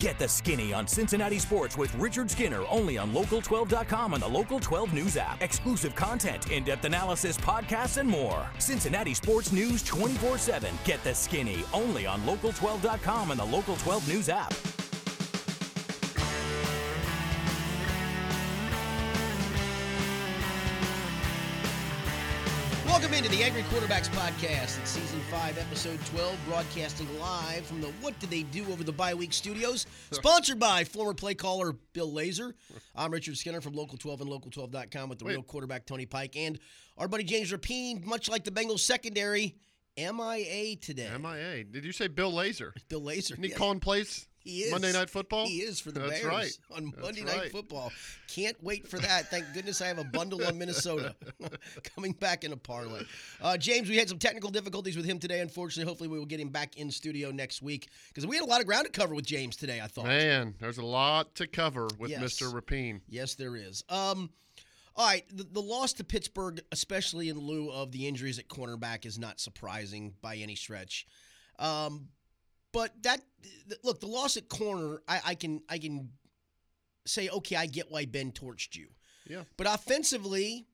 Get the skinny on Cincinnati sports with Richard Skinner only on local12.com and the Local 12 News app. Exclusive content, in depth analysis, podcasts, and more. Cincinnati sports news 24 7. Get the skinny only on local12.com and the Local 12 News app. Welcome into the Angry Quarterbacks Podcast. It's season five, episode 12, broadcasting live from the What Did They Do Over the Bye Week studios, sponsored by former play caller Bill Lazor. I'm Richard Skinner from Local 12 and Local12.com with the real quarterback Tony Pike and our buddy James Rapine, much like the Bengals secondary, MIA today. MIA. Did you say Bill Laser? Bill Lazor. Isn't he yeah. calling plays He is. Monday Night Football? He is for the That's Bears right. on That's Monday Night right. Football. Can't wait for that. Thank goodness I have a bundle on Minnesota coming back in a parlay. Uh, James, we had some technical difficulties with him today. Unfortunately, hopefully we will get him back in studio next week because we had a lot of ground to cover with James today. I thought. Man, there's a lot to cover with Yes. Mr. Rapine. Yes, there is. Um, all right, the, the loss to Pittsburgh, especially in lieu of the injuries at cornerback, is not surprising by any stretch. Um, but that th- look, the loss at corner, I, I can I can say okay, I get why Ben torched you. Yeah. But offensively,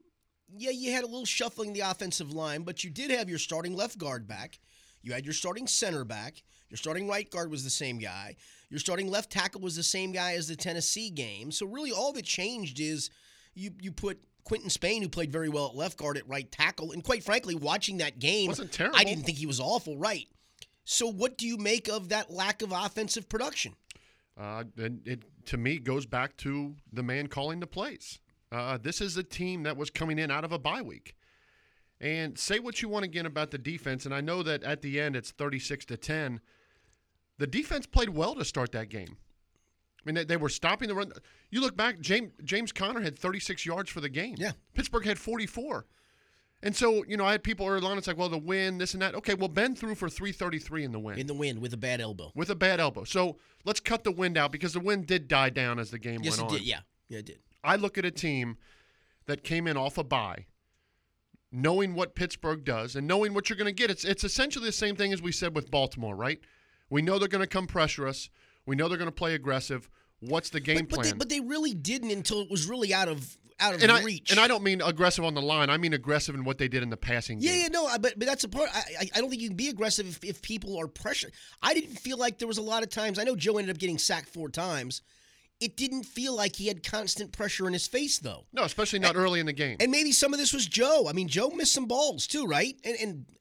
yeah, you had a little shuffling the offensive line, but you did have your starting left guard back. You had your starting center back. Your starting right guard was the same guy. Your starting left tackle was the same guy as the Tennessee game. So really, all that changed is you you put Quentin Spain, who played very well at left guard, at right tackle, and quite frankly, watching that game, Wasn't terrible. I didn't think he was awful. Right. So what do you make of that lack of offensive production? Uh, and it to me goes back to the man calling the plays. Uh, this is a team that was coming in out of a bye week. And say what you want again about the defense, and I know that at the end it's 36 to 10. The defense played well to start that game. I mean, they, they were stopping the run. You look back, James James Conner had 36 yards for the game. Yeah. Pittsburgh had 44. And so, you know, I had people early on. It's like, well, the win, this and that. Okay, well, Ben threw for 333 in the win In the wind with a bad elbow. with a bad elbow. So let's cut the wind out because the wind did die down as the game yes, went it on. did. Yeah, yeah, it did. I look at a team that came in off a bye, knowing what Pittsburgh does and knowing what you're going to get. It's it's essentially the same thing as we said with Baltimore, right? We know they're going to come pressure us. We know they're going to play aggressive. What's the game But, but, plan? they, but they really didn't until it was really out of out of and I reach. and I don't mean aggressive on the line. I mean aggressive in what they did in the passing Yeah, game. yeah, no, I- but but that's a part. I I- I don't think you can be aggressive if, if people are pressured. I didn't feel like there was a lot of times. I know Joe ended up getting sacked four times. It didn't feel like he had constant pressure in his face though. No, especially not early in the game. And maybe some of this was Joe. I mean, Joe missed some balls too, right? And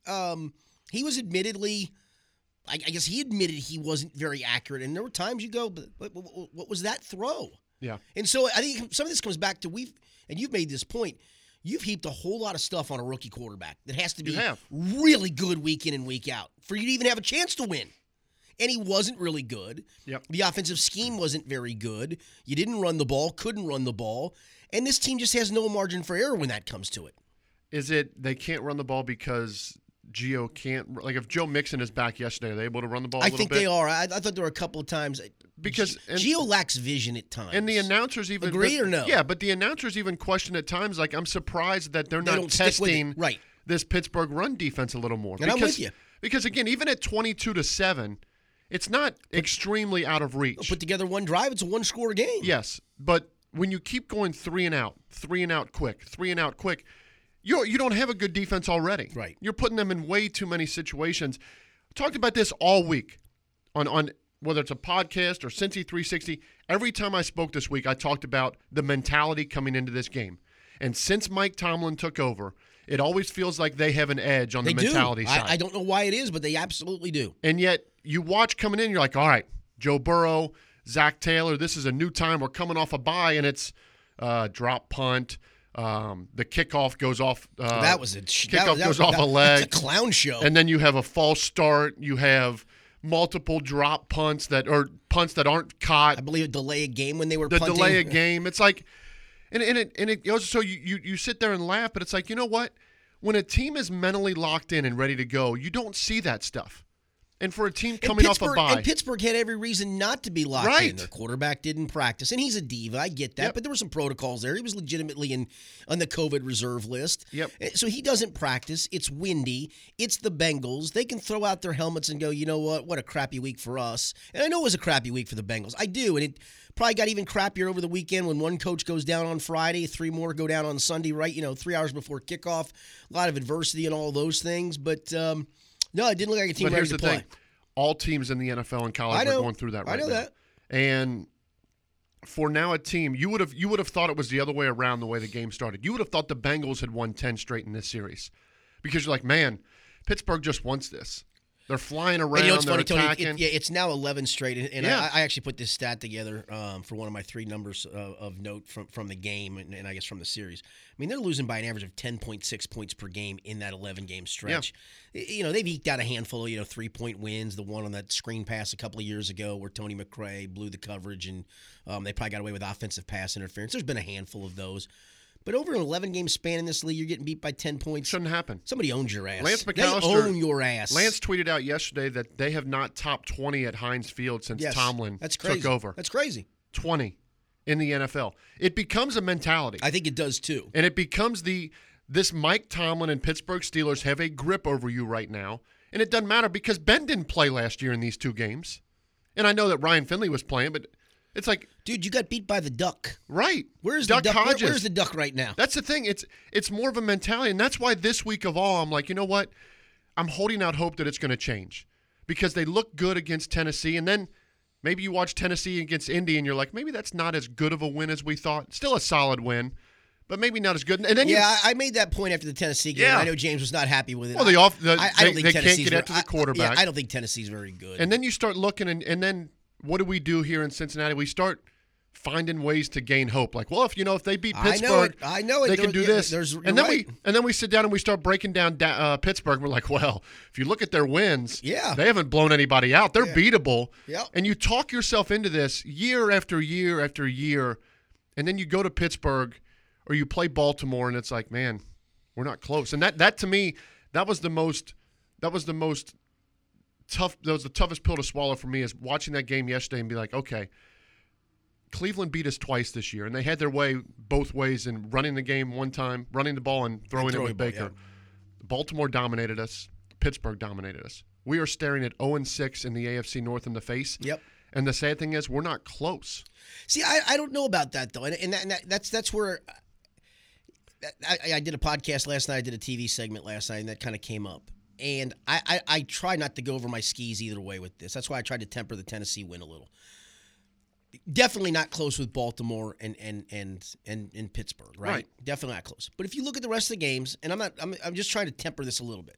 and um, he was admittedly, I, I guess he admitted he wasn't very accurate. And there were times you go, but what, what, what was that throw? yeah. And so I think some of this comes back to we've and you've made this point. You've heaped a whole lot of stuff on a rookie quarterback that has to be You have. really good week in and week out for you to even have a chance to win. And he wasn't really good. Yep. The offensive scheme wasn't very good. You didn't run the ball, couldn't run the ball, and this team just has no margin for error when that comes to it. Is it they can't run the ball because Geo can't like if Joe Mixon is back yesterday, are they able to run the ball? a I little think bit? they are. I, I thought there were a couple of times Because- and- Geo lacks vision at times. And the announcers even Agree but- or no? Yeah, but the announcers even question at times. Like I'm surprised that they're They not don't stick with it. testing Right. this Pittsburgh run defense a little more. And I'm with you. Because again, even at 22 to seven, it's not extremely out of reach. put together one drive, it's a one score game. yes, but when you keep going three and out, three and out quick, three and out quick, you you don't have a good defense already. Right. You're putting them in way too many situations. Talked about this all week on on whether it's a podcast or Cincy 360. Every time I spoke this week, I talked about the mentality coming into this game. And since Mike Tomlin took over, it always feels like they have an edge on They the do. mentality side. I, I don't know why it is, but they absolutely do. And yet you watch coming in, you're like, all right, Joe Burrow, Zach Taylor, this is a new time. We're coming off a bye, and it's uh, drop punt. Um, the kickoff goes off. Uh, that was a sh- that, kickoff was- that was- goes off that- a leg, It's a clown show. and then you have a false start. You have multiple drop punts that or punts that aren't caught I believe a delay a game when they were the punting. delay a game. It's like, and and it and it also so you, you you sit there and laugh, but it's like you know what? When a team is mentally locked in and ready to go, you don't see that stuff. And for a team And coming off a Pittsburgh- bye, And Pittsburgh had every reason not to be locked in. Right. Their quarterback didn't practice, and he's a diva. I get that, Yep. but there were some protocols there. He was legitimately in on the COVID reserve list. Yep. Uh, So he doesn't practice. It's windy. It's the Bengals. They can throw out their helmets and go, you know what? What a crappy week for us. And I know it was a crappy week for the Bengals. I do, and it probably got even crappier over the weekend when one coach goes down on Friday, three more go down on Sunday. Right? You know, three hours before kickoff. A lot of adversity and all those things, but. Um, no, it didn't look like a team but ready here's to the play. thing: all teams in the NFL and I college know. are going through that I right know now. that. And for now, a team you would have you would have thought it was the other way around the way the game started. You would have thought the Bengals had won ten straight in this series because you're like, man, Pittsburgh just wants this. They're flying around. And you know what's they're funny, Tony? It- attacking. yeah, it's now 11 straight, and, and Yeah. I, I actually put this stat together um, for one of my three numbers of, of note from, from the game, and, and I guess from the series. I mean, they're losing by an average of 10.6 points per game in that 11 game stretch. Y- You know, they've eked out a handful of you know three point wins. The one on that screen pass a couple of years ago, where Tony McRae blew the coverage, and um, they probably got away with offensive pass interference. There's been a handful of those. But over an 11 game span in this league, you're getting beat by 10 points. shouldn't happen. Somebody owns your ass. Lance They McAllister- own your ass. Lance tweeted out yesterday that they have not topped 20 at Heinz Field since Yes. Tomlin That's crazy. took over. That's crazy. 20 in the NFL. It becomes a mentality. I think it does too. and it becomes the this Mike Tomlin and Pittsburgh Steelers have a grip over you right now. And it doesn't matter because Ben didn't play last year in these two games. And I know that Ryan Finley was playing, but it's like, Dude, you got beat by the duck. right. Where's Duck the duck? Where- Hodges? where's the duck right now? That's the thing. It's it's more of a mentality, and that's why this week of all, I'm like, you know what? I'm holding out hope that it's going to change because they look good against Tennessee, and then maybe you watch Tennessee against Indy, and you're like, maybe that's not as good of a win as we thought. Still a solid win, but maybe not as good. And then you, yeah, I I made that point after the Tennessee game. Yeah. I know James was not happy with it. Well, they off- the- they- they can't Tennessee's get very- after the I- I- quarterback. Yeah, I don't think Tennessee's very good. and then you start looking, and, and then what do we do here in Cincinnati? We start finding ways to gain hope. Like, well, if you know, if they beat I Pittsburgh, know it. I know it. They There- can do yeah, this. there's- you're and then right. we and then we sit down and we start breaking down da- uh, Pittsburgh. We're like, well, if you look at their wins, Yeah. they haven't blown anybody out. They're beatable. Yep. And you talk yourself into this year after year after year, and then you go to Pittsburgh or you play Baltimore, and it's like, man, we're not close. And that that to me, that was the most that was the most tough that was the toughest pill to swallow for me is watching that game yesterday and be like, okay, Cleveland beat us twice this year, and they had their way both ways in running the game one time, running the ball and throwing it throwing with the ball, Baker. Baltimore dominated us. Pittsburgh dominated us. We are staring at 0 and 6 in the AFC North in the face. Yep. And the sad thing is, we're not close. See, I, I don't know about that though, and and, that, and that, that's that's where uh, I, I, I did a podcast last night. I did a TV segment last night, and that kind of came up. And I, I I try not to go over my skis either way with this. That's why I tried to temper the Tennessee win a little. Definitely not close with Baltimore and and and and, and Pittsburgh, right? Right. Definitely not close. But if you look at the rest of the games, and I'm not, I'm, I'm just trying to temper this a little bit.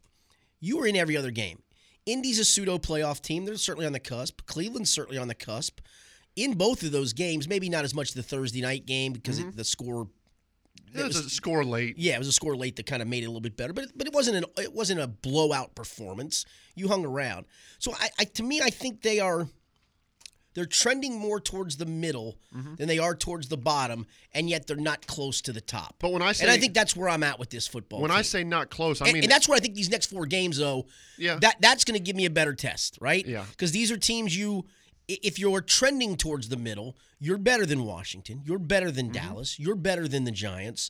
You were in every other game. Indy's a pseudo playoff team. They're certainly on the cusp. Cleveland's certainly on the cusp. In both of those games, maybe not as much the Thursday night game because Mm-hmm. it, the score, It was a score late. yeah, it was a score late that kind of made it a little bit better. But it- but it wasn't an it wasn't a blowout performance. You hung around. So I, I to me, I think they are they're trending more towards the middle Mm-hmm. than they are towards the bottom, and yet they're not close to the top. But when I say and I think that's where I'm at with this football. when team. I say not close, I And- mean and that's where I think these next four games, though, Yeah. that that's going to give me a better test, right? Yeah. Because these are teams you, i- if you're trending towards the middle, you're better than Washington, you're better than Mm-hmm. Dallas, you're better than the Giants.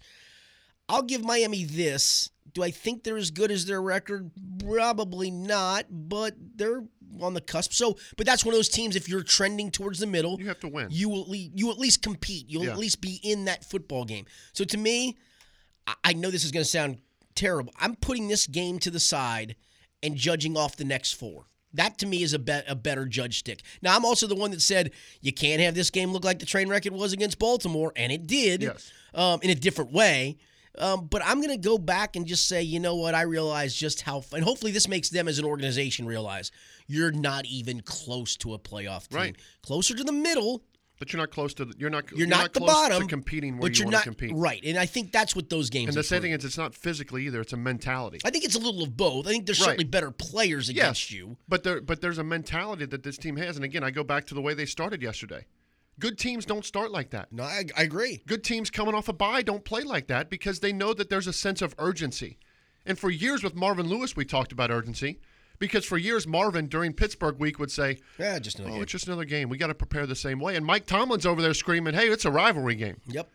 I'll give Miami this. Do I think they're as good as their record? Probably not, but they're on the cusp. So, but that's one of those teams. If you're trending towards the middle, you have to win. you will at least, you at least compete. You'll Yeah. at least be in that football game. So to me, I, I know this is going to sound terrible. I'm putting this game to the side and judging off the next four. That to me is a bet a better judge stick. Now I'm also the one that said you can't have this game look like the train wreck it was against Baltimore, and it did, Yes. um, in a different way. Um, but I'm going to go back and just say, you know what? I realize just how, and hopefully this makes them as an organization realize you're not even close to a playoff team. Right. Closer to the middle, but you're not close to the, you're not you're, not, the close bottom, to competing where but you are want not to compete. right. And I think that's what those games. And the sad improve. thing is, it's not physically either. It's a mentality. I think it's a little of both. I think there's Right. certainly better players against yes, you. But there, but there's a mentality that this team has, and again, I go back to the way they started yesterday. Good teams don't start like that. No, I, I agree. Good teams coming off a bye don't play like that because they know that there's a sense of urgency. And for years with Marvin Lewis, we talked about urgency, Because for years, Marvin during Pittsburgh week would say, Yeah, just another "Oh, game. it's just another game. We got to prepare the same way." And Mike Tomlin's over there screaming, "Hey, it's a rivalry game. Yep.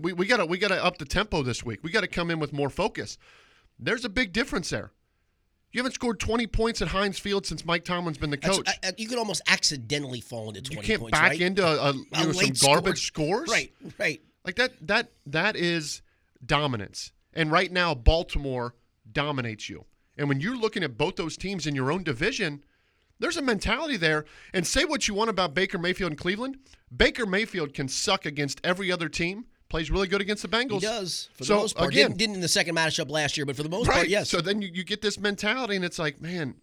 We we got to we got to up the tempo this week. We got to come in with more focus." There's a big difference there. You haven't scored 20 points at Heinz Field since Mike Tomlin's been the That's- coach. I- I- you could almost accidentally fall into you twenty can't points. back right? into a, a, you A know, some late garbage score. scores. Right. Right. Like that that that is dominance. And right now Baltimore dominates you. And when you're looking at both those teams in your own division, there's a mentality there. And say what you want about Baker Mayfield and Cleveland, Baker Mayfield can suck against every other team. Plays really good against the Bengals. He does for the So, most part. again- didn't, didn't in the second matchup last year, but for the most right. part, yes. So then you, you get this mentality, and it's like, man,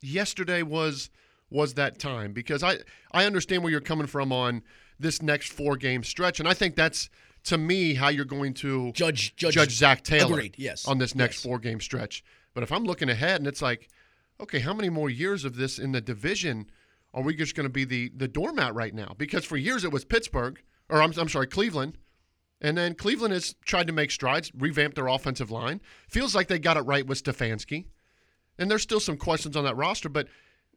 yesterday was was that time because I I understand where you're coming from on this next four game stretch, and I think that's to me how you're going to Judge- judge- Zach Taylor agreed, yes, on this next yes. four game stretch. But if I'm looking ahead, and it's like, okay, how many more years of this in the division are we just going to be the the doormat right now? Because for years it was Pittsburgh, or I'm I'm sorry, Cleveland. And then Cleveland has tried to make strides, revamped their offensive line. Feels like they got it right with Stefanski. And there's still some questions on that roster, but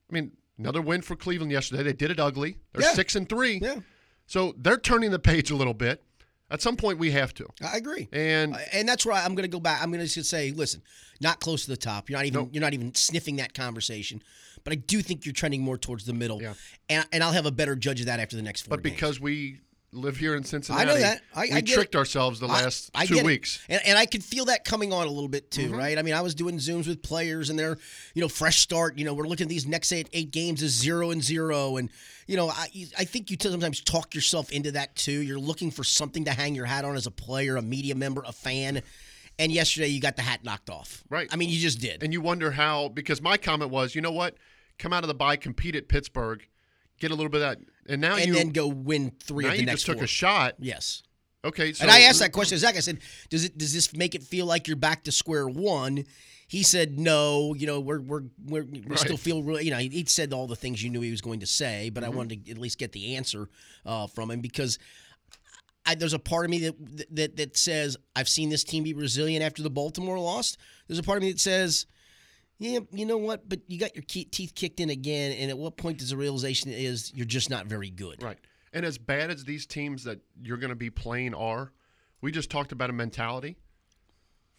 I mean, another win for Cleveland yesterday. They did it ugly. They're Yeah. six and three. yeah, So they're turning the page a little bit. At some point we have to. I agree. And and that's where I'm going to go back. I'm going to just say, listen, not close to the top. You're not even you're not even sniffing that conversation. But I do think you're trending more towards the middle. Yeah. And, and I'll have a better judge of that after the next four. but games. because we live here in Cincinnati, that. I- we I get tricked it. ourselves the last I, I two get it. weeks. Mm-hmm. And, and I could feel that coming on a little bit too, right? I mean, I was doing Zooms with players and they're, you know, fresh start. You know, we're looking at these next eight, eight games as zero and zero. And, you know, I, I think you sometimes talk yourself into that too. You're looking for something to hang your hat on as a player, a media member, a fan. And yesterday you got the hat knocked off. Right. I mean, you just did. And you wonder how because my comment was, you know what? Come out of the bye, compete at Pittsburgh, get a little bit of that and now And you then go win three now of the you next just took four. a shot. yes. Okay, so and I asked that question to Zach. I said, "Does it does this make it feel like you're back to square one?" He said, "No, you know, we're we're we're we still Right. feel really, you know." He, he said all the things you knew he was going to say, but Mm-hmm. I wanted to at least get the answer uh, from him because I, there's a part of me that that that says I've seen this team be resilient after the Baltimore lost. There's a part of me that says. Yeah, you know what? But you got your ke- teeth kicked in again, and at what point does the realization is you're just not very good? Right. And as bad as these teams that you're going to be playing are, we just talked about a mentality.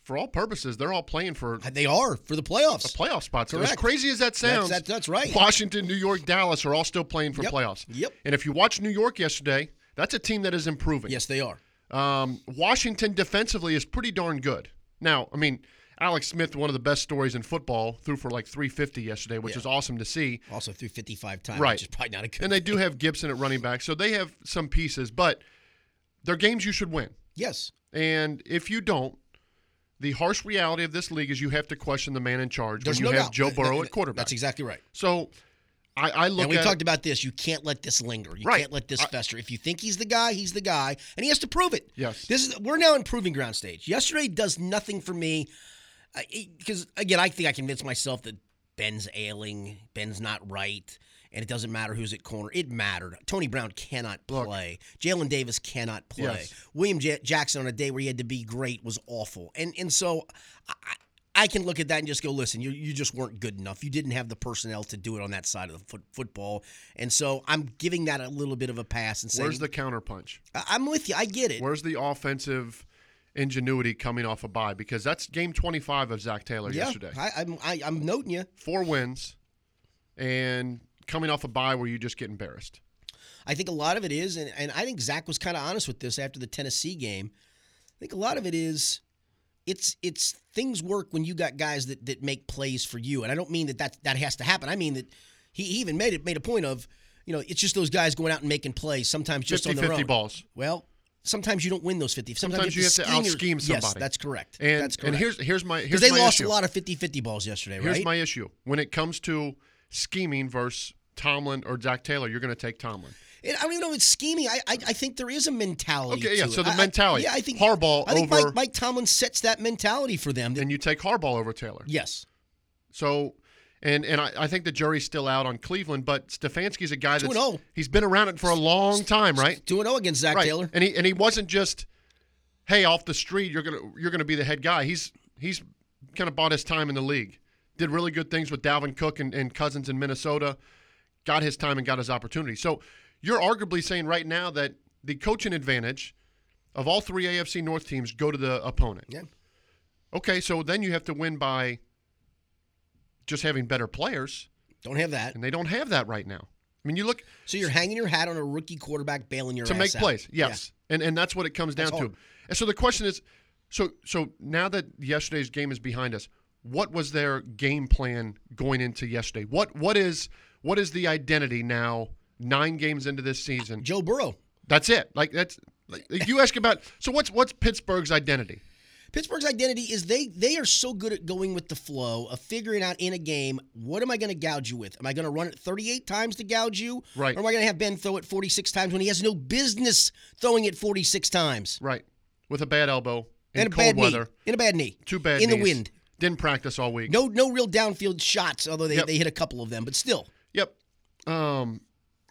For all purposes, they're all playing for They are for the playoffs. playoff spots. So As Correct. crazy as that sounds, that's- that's right. Washington, New York, Dallas are all still playing for Yep. playoffs. Yep. And if you watch New York yesterday, that's a team that is improving. yes, they are. Um, Washington defensively is pretty darn good. Now, I mean, Alex Smith, one of the best stories in football, threw for like 350 yesterday, which is awesome to see. Also threw 55 times, Right. which is probably not a good. And they do have Gibson at running back, so they have some pieces, but they're games you should win. yes, And if you don't, the harsh reality of this league is you have to question the man in charge there's when you no have doubt. Joe Th- th- Burrow th- at quarterback. That's exactly right. so I, I look and we at talked about this. You can't let this linger. You Right. can't let this fester. If you think he's the guy, he's the guy, and he has to prove it. Yes. This is we're now in proving ground stage. Yesterday does nothing for me because again, I think I convinced myself that Ben's ailing, Ben's not right, and it doesn't matter who's at corner. It mattered. Tony Brown cannot play. Jalen Davis cannot play. Yes. William J- Jackson on a day where he had to be great was awful. And and so I, I can look at that and just go, listen, you you just weren't good enough. You didn't have the personnel to do it on that side of the foot, football. And so I'm giving that a little bit of a pass and saying, where's the counterpunch? I- I'm with you. I get it. Where's the offensive ingenuity coming off a bye? Because that's game 25 of Zach Taylor yeah, yesterday. I, I'm I, I'm noting you. Four wins and coming off a bye where you just get embarrassed. I think a lot of it is, and, and I think Zach was kind of honest with this after the Tennessee game. I think a lot of it is, it's it's things work when you got guys that that make plays for you, and I don't mean that that that has to happen. I mean that he he even made it made a point of, you know, it's just those guys going out and making plays sometimes just 50 on their 50 own. balls. Well, sometimes you don't win those fifty. Sometimes, Sometimes you have to scheme your- out-scheme Yes, somebody. that's correct. And, that's correct. and here's here's my here's because they my lost issue. a lot of 50-50 balls yesterday, Here's right? my issue when it comes to scheming versus Tomlin or Zach Taylor. You're going to take Tomlin. And I don't even know if it's scheming. I, I I think there is a mentality. Okay, yeah, to so it. the I- I- mentality. yeah, I think Harbaugh I think over- Mike, Mike Tomlin sets that mentality for them. that- and you take Harbaugh over Taylor. yes, So, and and I, I think the jury's still out on Cleveland, but Stefanski's a guy that's 2-0. he's been around it for a long time, right? two and zero against Zach right. Taylor. And he and he wasn't just, hey, off the street, you're gonna you're gonna be the head guy. He's he's kind of bought his time in the league. did really good things with Dalvin Cook and, and Cousins in Minnesota, got his time and got his opportunity. So you're arguably saying right now that the coaching advantage of all three AFC North teams go to the opponent. Yeah. Okay, so then you have to win by just having better players, Don't have that. and they don't have that right now. I mean, you look So you're hanging your hat on a rookie quarterback bailing your to ass make out. plays. Yes, and and that's what it comes down That's to. hard. And so the question is, so so now that yesterday's game is behind us, what was their game plan going into yesterday? What what is what is the identity now? Nine games into this Yeah. season, Joe Burrow. that's it. Like that's like, you ask about. So what's what's Pittsburgh's identity? Pittsburgh's identity is they they are so good at going with the flow of figuring out in a game what am I going to gouge you with? Am I going to run it 38 times to gouge you? Right. Or am I going to have Ben throw it 46 times when he has no business throwing it 46 times? Right, with a bad elbow in and a cold bad weather, knee. In a bad knee. two bad In the knees, wind. Didn't practice all week. No no real downfield shots, although they, Yep. they hit a couple of them, but still. Yep. Um,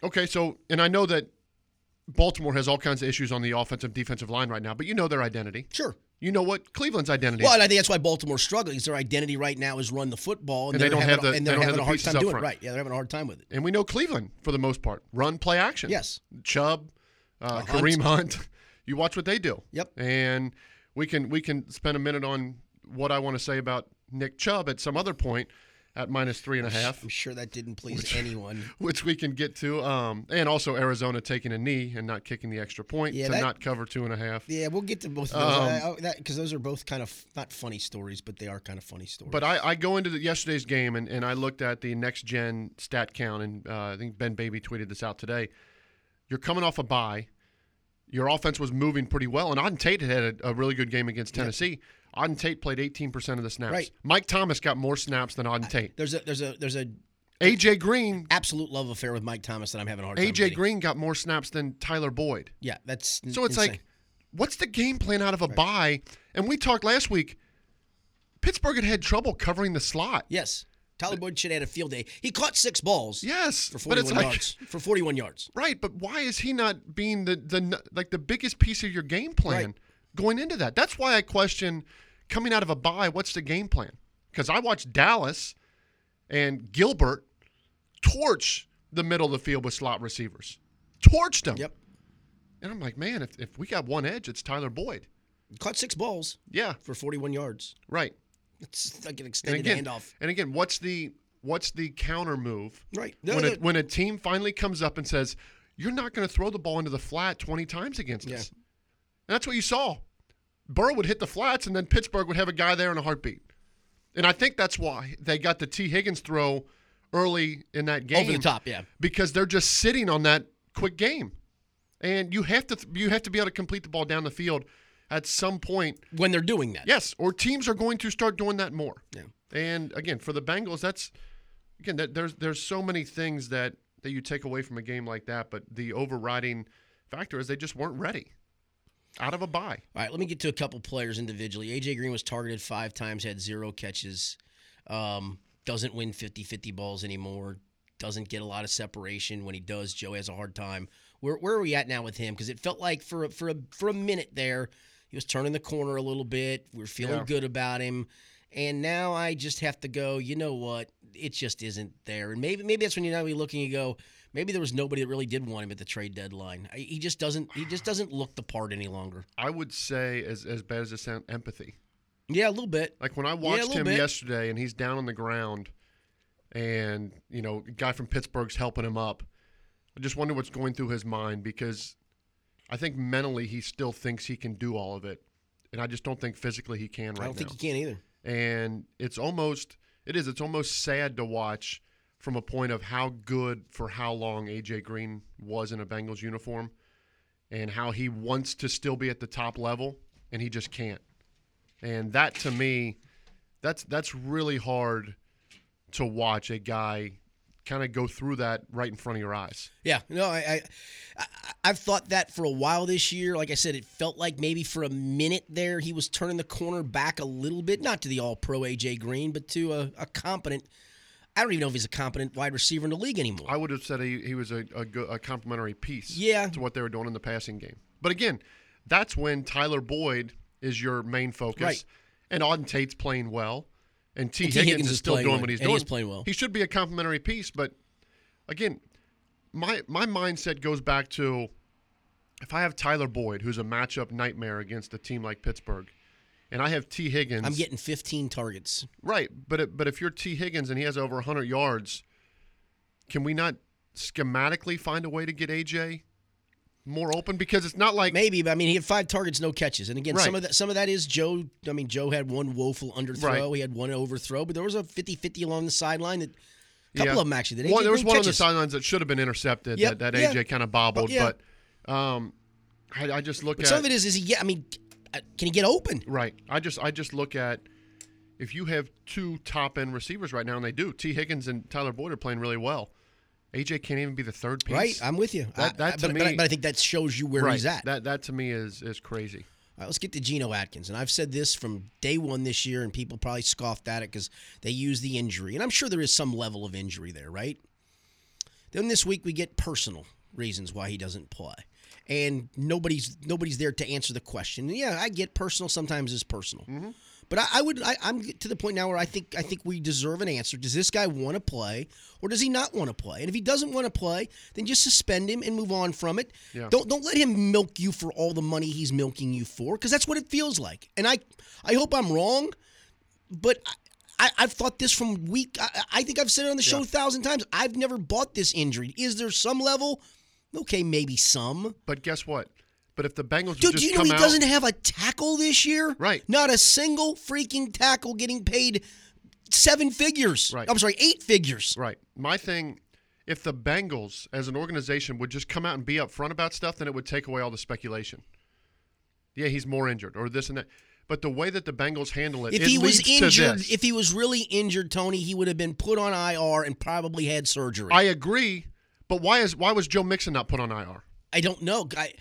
okay, so and I know that Baltimore has all kinds of issues on the offensive defensive line right now, but you know their identity. Sure. You know what Cleveland's identity. is. Well, and I think that's why Baltimore's struggling. Is their identity right now is run the football, and, And they they're don't having have the- a, and they they're don't have having the a hard pieces time up doing front. it. Right? Yeah, they're having a hard time with it. and we know Cleveland for the most part run play action. Yes. Chubb, uh, Hunt. Kareem Hunt. You watch what they do. Yep. And we can we can spend a minute on what I want to say about Nick Chubb at some other point at minus three and a half. I'm sure that didn't please anyone. which we can get to. Um, and also Arizona taking a knee and not kicking the extra point Yeah, to that- not cover two and a half. Yeah, we'll get to both of Um, those because those are both kind of not funny stories, but they are kind of funny stories. But I, I go into the, yesterday's game and, and I looked at the next gen stat count, and uh, I think Ben Baby tweeted this out today. You're coming off a bye. Your offense was moving pretty well, and Auden Tate had a, a really good game against Tennessee. Auden Tate played 18% of the snaps. Right. Mike Thomas got more snaps than Auden Tate. there's a there's a there's a AJ Green, absolute love affair with Mike Thomas that I'm having a hard time. AJ getting. Green got more snaps than Tyler Boyd. yeah, that's n- So it's insane. like, what's the game plan out of a bye? And we talked last week. Pittsburgh had had trouble covering the slot. yes, Tyler Boyd should have had a field day. He caught six balls. Yes, for 41 but it's like yards. For 41 yards. right. But why is he not being the the n- like the biggest piece of your game plan Right. going into that? That's why I question coming out of a bye. What's the game plan? Because I watched Dallas and Gilbert torch the middle of the field with slot receivers, torched them. Yep, And I'm like, man, if, if we got one edge, it's Tyler Boyd. caught six balls Yeah, for 41 yards. right. It's like an and extended again, handoff. and again, what's the what's the counter move? Right. No, When, no, a, no. when a team finally comes up and says, "You're not going to throw the ball into the flat 20 times against Yeah. us," and that's what you saw. Burrow would hit the flats, and then Pittsburgh would have a guy there in a heartbeat. And I think that's why they got the T. Higgins throw early in that game Over the top, yeah. because they're just sitting on that quick game, and you have to you have to be able to complete the ball down the field at some point When they're doing that. Yes, or teams are going to start doing that more. Yeah. And again, for the Bengals, that's again that there's there's so many things that that you take away from a game like that, but the overriding factor is they just weren't ready out of a bye. All right, let me get to a couple players individually. AJ Green was targeted five times, had zero catches. Um, doesn't win 50 50 balls anymore. Doesn't get a lot of separation. When he does, Joe has a hard time. Where, where are we at now with him? Because it felt like for a, for a, for a minute there, he was turning the corner a little bit. We were feeling Yeah. good about him, and now I just have to go. You know what? It just isn't there. And maybe maybe that's when you're now you're looking. You go. Maybe there was nobody that really did want him at the trade deadline. I- He just doesn't. He just doesn't look the part any longer. I would say as as bad as it sounds, empathy. Yeah, a little bit. Like when I a watched little him bit. yesterday and he's down on the ground and you know, a guy from Pittsburgh's helping him up. I just wonder what's going through his mind because I think mentally he still thinks he can do all of it. And I just don't think physically he can right I don't now. think he can either. and it's almost it is it's almost sad to watch from a point of how good for how long AJ Green was in a Bengals uniform and how he wants to still be at the top level and he just can't. And that to me that's that's really hard to watch a guy kind of go through that right in front of your eyes. Yeah, no, I, I, I, I've thought that for a while this year. Like I said, it felt like maybe for a minute there he was turning the corner back a little bit, not to the All-Pro AJ Green, but to a, a competent. I don't even know if he's a competent wide receiver in the league anymore. I would have said he, he was a, a, go- a complimentary piece Yeah. to what they were doing in the passing game. But again, that's when Tyler Boyd is your main focus. Right. And Auden Tate's playing well. And T. And Higgins, T. Higgins is is still playing doing well, what he's and doing. he's playing well. He should be a complimentary piece, but again, my my mindset goes back to if I have Tyler Boyd, who's a matchup nightmare against a team like Pittsburgh, and I have T. Higgins. I'm getting 15 targets. Right, but it, but if you're T Higgins and he has over 100 yards, can we not schematically find a way to get AJ more open? Because it's not like Maybe, but I mean, he had five targets, no catches. And again, some Right. of that, some of that is Joe. I mean, Joe had one woeful underthrow. Right. He had one overthrow, but there was a 50-50 along the sideline. That a couple yeah. of them actually. That Well, AJ there was didn't one on the catches. sidelines that should have been intercepted. Yep, That, that yeah. AJ kind of bobbled, But, yeah. but um, I, I just look But at some of it is, is he? Yeah, I mean, uh, can he get open? right. I just I just look at if you have two top end receivers right now, and they do. T Higgins and Tyler Boyd are playing really well. AJ can't even be the third piece. Right, I'm with you. That- I- that I- to but, but, I, me- but I think that shows you where right. he's at. That that to me is is crazy. All right, let's get to Geno Atkins. And I've said this from day one this year, and people probably scoffed at it because they use the injury. And I'm sure there is some level of injury there, right? Then this week we get personal reasons why he doesn't play. And nobody's nobody's there to answer the question. And yeah, I get personal sometimes is personal. Mm-hmm. But I, I would I, I'm to the point now where I think I think we deserve an answer. Does this guy want to play or does he not want to play? And if he doesn't want to play, then just suspend him and move on from it. Yeah. Don't don't let him milk you for all the money he's milking you for, because that's what it feels like. And I I hope I'm wrong, but I, I, I've thought this from week. I, I think I've said it on the show a thousand times. I've never bought this injury. Is there some level? Okay, maybe some. But guess what? But if the Bengals would Dude, just do you know come he out, doesn't have a tackle this year? Right. Not a single freaking tackle getting paid seven figures. Right. I'm sorry, eight figures. right? My thing, if the Bengals as an organization would just come out and be upfront about stuff, then it would take away all the speculation. Yeah, he's more injured or this and that. But the way that the Bengals handle it, If it he was leads to injured, this. if he was really injured, Tony, he would have been put on IR and probably had surgery. I agree. But why is why was Joe Mixon not put on IR? I don't know. I,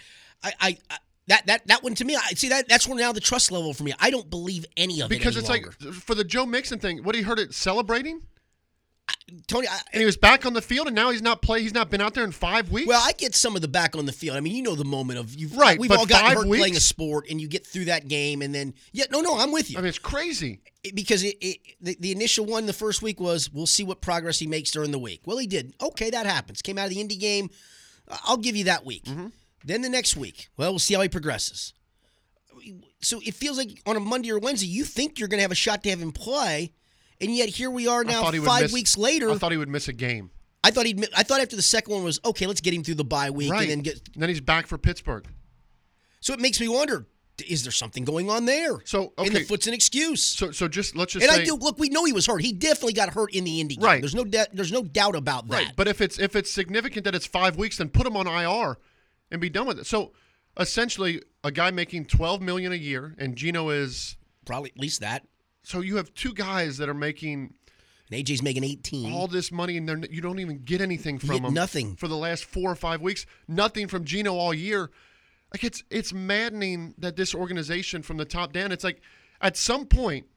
I, I, I that that that one to me. I see that that's where now the trust level for me. I don't believe any of Because it it's any longer. like for the Joe Mixon thing, what he heard it celebrating, Tony. I, and he was back on the field, and now he's not play. He's not been out there in five weeks. well, I get some of the back on the field. I mean, you know the moment of you've Right, We've but all gotten five hurt playing a weeks? sport, and you get through that game, and then yeah, no, no, I'm with you I mean, it's crazy. It- because it, it the, the initial one the first week was we'll see what progress he makes during the week. Well, he did. Okay, that happens. Came out of the indie game. I- I'll give you that week. Mm-hmm. Then the next week, well, we'll see how he progresses. So it feels like on a Monday or Wednesday, you think you're going to have a shot to have him play, and yet here we are I now thought he would five miss- weeks later. I thought he would miss a game. I thought he'd. mi- I thought after the second one was okay. Let's get him through the bye week Right. and then get. And then he's back for Pittsburgh. So it makes me wonder: d- is there something going on there? So, and the okay. foot's an excuse. So so just let's just and say, I do look. We know he was hurt. He definitely got hurt in the Indy game. Right. There's no. doubt. there's no doubt about that. right. But if it's if it's significant that it's five weeks, then put him on IR and be done with it. So essentially, a guy making twelve million a year, and Gino is probably at least that. so you have two guys that are making And AJ's making 18. all this money, and they're, you don't even get anything from get them. nothing. for the last four or five weeks. Nothing from Gino all year. Like it's it's maddening that this organization from the top down. It's like at some point,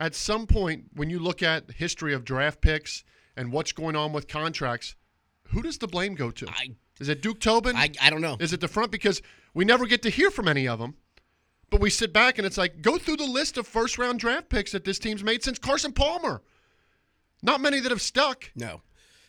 at some point, when you look at history of draft picks and what's going on with contracts, who does the blame go to? I- Is it Duke Tobin? I, I don't know. Is it the front? Because we never get to hear from any of them. But we sit back and it's like, go through the list of first round draft picks that this team's made since Carson Palmer. Not many that have stuck. No.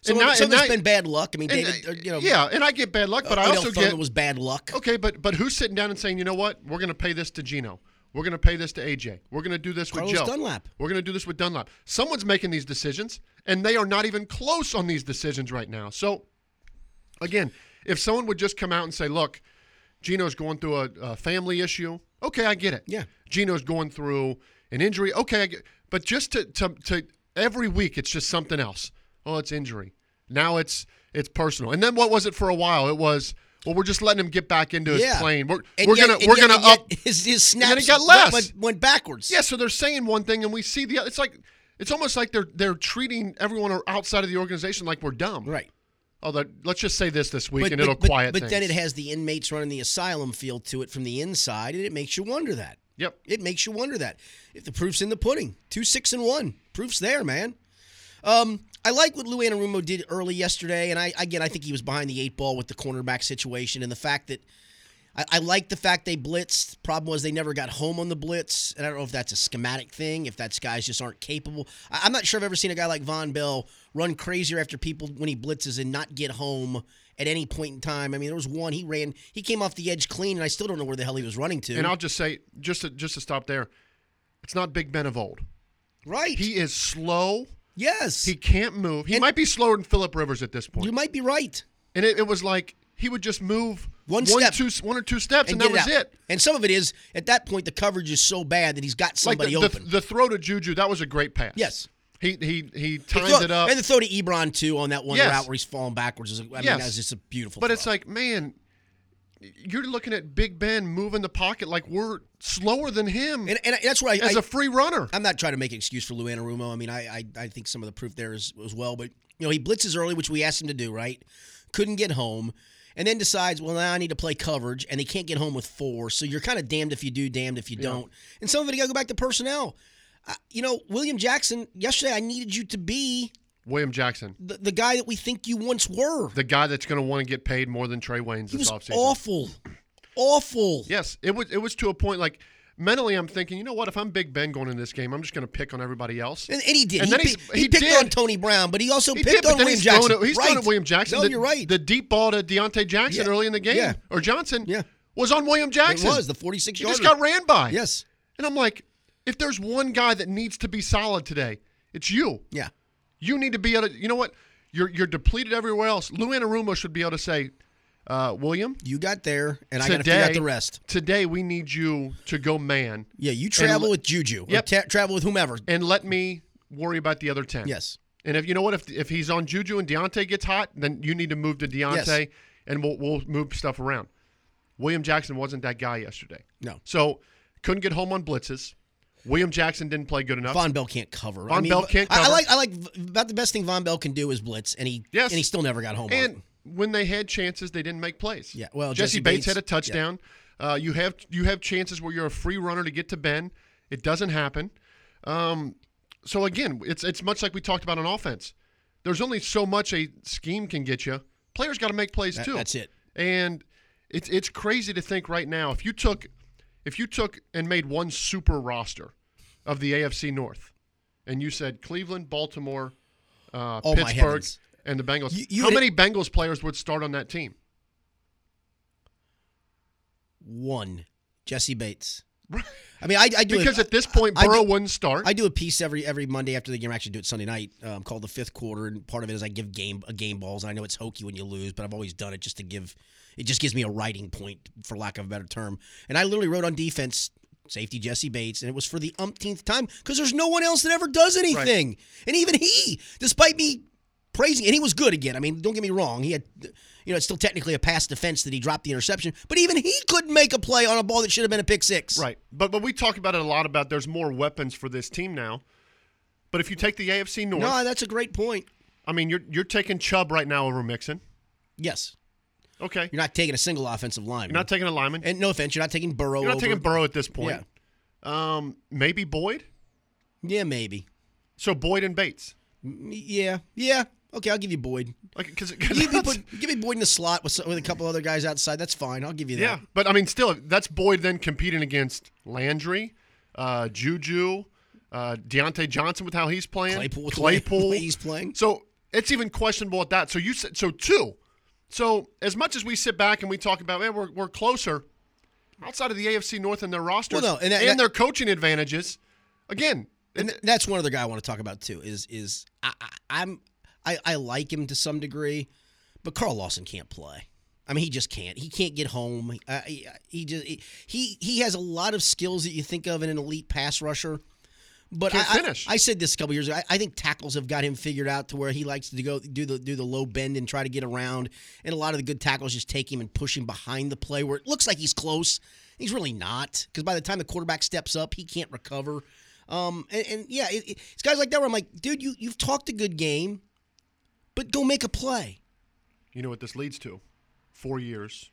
So, And now- so and there's now- been bad luck. I mean, And, David, uh, uh, you know, uh, yeah, and I get bad luck, but I Odell also Thurman get was bad luck. okay. But but who's sitting down and saying, you know what, we're going to pay this to Gino, we're going to pay this to AJ, we're going to do this Carlos with Joe Dunlap. we're going to do this with Dunlap. Someone's making these decisions, and they are not even close on these decisions right now. So, again, if someone would just come out and say, look, Gino's going through a, a family issue, okay, I get it. Yeah. Gino's going through an injury, okay, I get But just to, to, to every week, it's just something else. Oh, it's injury. Now it's it's personal. And then what was it for a while? It was, well, we're just letting him get back into his Yeah. plane. We're, And we're yet- going to and we're yet- going to and yet up His, his snaps then it got Went, less. went- went backwards. yeah, so they're saying one thing and we see the other. It's like it's almost like they're they're treating everyone outside of the organization like we're dumb. Right. Although let's just say this this week But, and but- it'll but- quiet but things. then it has the inmates running the asylum feel to it from the inside, and it makes you wonder that. Yep. It makes you wonder that. If the proof's in the pudding, two, six, and one. Proof's there, man. Um, I like what Lou Anarumo did early yesterday, and I again I think he was behind the eight ball with the cornerback situation and the fact that I, I like the fact they blitzed. Problem was they never got home on the blitz, and I don't know if that's a schematic thing, if that's guys just aren't capable. I, I'm not sure I've ever seen a guy like Von Bell run crazier after people when he blitzes and not get home at any point in time. I mean, there was one he ran, he came off the edge clean, and I still don't know where the hell he was running to. And I'll just say, just to, just to stop there, it's not Big Ben of old. right? He is slow. yes, He can't move. He And- might be slower than Philip Rivers at this point. you might be right. and it, it was like he would just move One step. two- one or two steps, and, that get was out. it. And some of it is at that point the coverage is so bad that he's got Like somebody the, the, open. the throw to Juju, that was a great pass. Yes. He he he The timed throw- it up. And the throw to Ebron too on that one Yes. route where he's falling backwards. Is, I mean, Yes. that was just a beautiful. But throw. it's like, man, you're looking at Big Ben moving the pocket like we're slower than him and, and that's where I, as I, a free runner. I'm not trying to make an excuse for Lou Anarumo. I mean, I, I I think some of the proof there is as well. But you know, he blitzes early, which we asked him to do. Right, couldn't get home, and then decides, well, now I need to play coverage, and they can't get home with four. So you're kind of damned if you do, damned if you don't. And some of it, you got to go back to personnel. Uh, you know, William Jackson. Yesterday, I needed you to be William Jackson, the, the guy that we think you once were. the guy that's going to want to get paid more than Trey Wayne's He this was offseason. awful, awful. Yes, it was. It was to a point like mentally, I'm thinking, you know what? If I'm Big Ben going in this game, I'm just going to pick on everybody else. And, and he did. And he, then pick- he's- he he picked did. on Tony Brown, but he also He picked did, on but then William he's Jackson. Throwing, it- he's throwing Right. at William Jackson. No, the, you're right. The deep ball to Deontay Jackson Yeah. early in the game, Yeah. or Johnson, Yeah. was on William it Jackson. was the 46 He yarder. just got ran by. Yes. And I'm like, if there's one guy that needs to be solid today, it's you. Yeah. You need to be able to, you know what? You're you're depleted everywhere else. Lou Anarumo should be able to say, uh, William, You got there, and I got to today, figure out the rest. today we need you to go man Yeah, you travel le- with Juju. or Yep. ta- travel with whomever. and let me worry about the other 10. Yes. And if you know what, if, if he's on Juju and Deontay gets hot, then you need to move to Deontay Yes. and we'll, we'll move stuff around. William Jackson wasn't that guy yesterday. No. So couldn't get home on blitzes. William Jackson didn't play good enough. Von Bell can't cover. I Von mean, Bell can't I, I cover. like. I like about the best thing Von Bell can do is blitz, and he Yes. and he still never got home. on it. And when they had chances, they didn't make plays. Yeah, well, Jesse, Jesse Bates, Bates- had a touchdown. Uh, you have you have chances where you're a free runner to get to Ben. It doesn't happen. Um, so again, it's it's much like we talked about on offense. There's only so much a scheme can get you. Players got to make plays That- too. that's it. And it's it's crazy to think right now if you took if you took and made one super roster of the AFC North, and you said Cleveland, Baltimore, uh, Oh, my Pittsburgh, heavens. and the Bengals. You- you How would- many Bengals players would start on that team? One, Jesse Bates. I mean, I, I do Because a, at this point, I- I Burrow do- wouldn't start. I do a piece every every Monday after the game. I actually do it Sunday night, um, called the fifth quarter, and part of it is I give game uh, game balls. And I know it's hokey when you lose, but I've always done it just to give. It just gives me a writing point, for lack of a better term. And I literally wrote on defense. Safety Jesse Bates, and it was for the umpteenth time because there's no one else that ever does anything. And even he, despite me praising, and he was good again. I mean, don't get me wrong. He had, you know, it's still technically a pass defense that he dropped the interception, but even he couldn't make a play on a ball that should have been a pick six. right. But but we talk about it a lot about there's more weapons for this team now. But if you take the AFC North, No, that's a great point. I mean, you're you're taking Chubb right now over Mixon. Yes. Okay. You're You're not taking a single offensive line. not taking a lineman. and no offense, you're not taking Burrow. You're not over- taking Burrow at this point. Um, maybe Boyd. Yeah, maybe. So Boyd and Bates. M- Yeah, yeah. Okay, I'll give you Boyd. Like because Give me, Boyd give me Boyd in the slot with, some- with a couple other guys outside. That's fine. I'll give you that. yeah, but I mean, still, that's Boyd then competing against Landry, uh, Juju, uh, Deontay Johnson with how he's playing, Claypool with the way- Claypool the way he's playing. So it's even questionable at that. So you said so two. So as much as we sit back and we talk about, man, we're, we're closer. Outside of the AFC North and their rosters Well, no, and that- that- their coaching advantages, again, and th- that's one other guy I want to talk about too. Is is I, I, I'm I, I like him to some degree, but Carl Lawson can't play. I mean, he just can't. He can't get home. Uh, he, he just he he has a lot of skills that you think of in an elite pass rusher. But Can't I, I- finish. I, said this a couple years ago. I, I think tackles have got him figured out to where he likes to go do the do the low bend and try to get around. And a lot of the good tackles just take him and push him behind the play where it looks like he's close. He's really not because by the time the quarterback steps up, he can't recover. Um, and, and yeah, it, it- it's guys like that where I'm like, dude, you you've talked a good game, but go make a play. you know what this leads to: four years,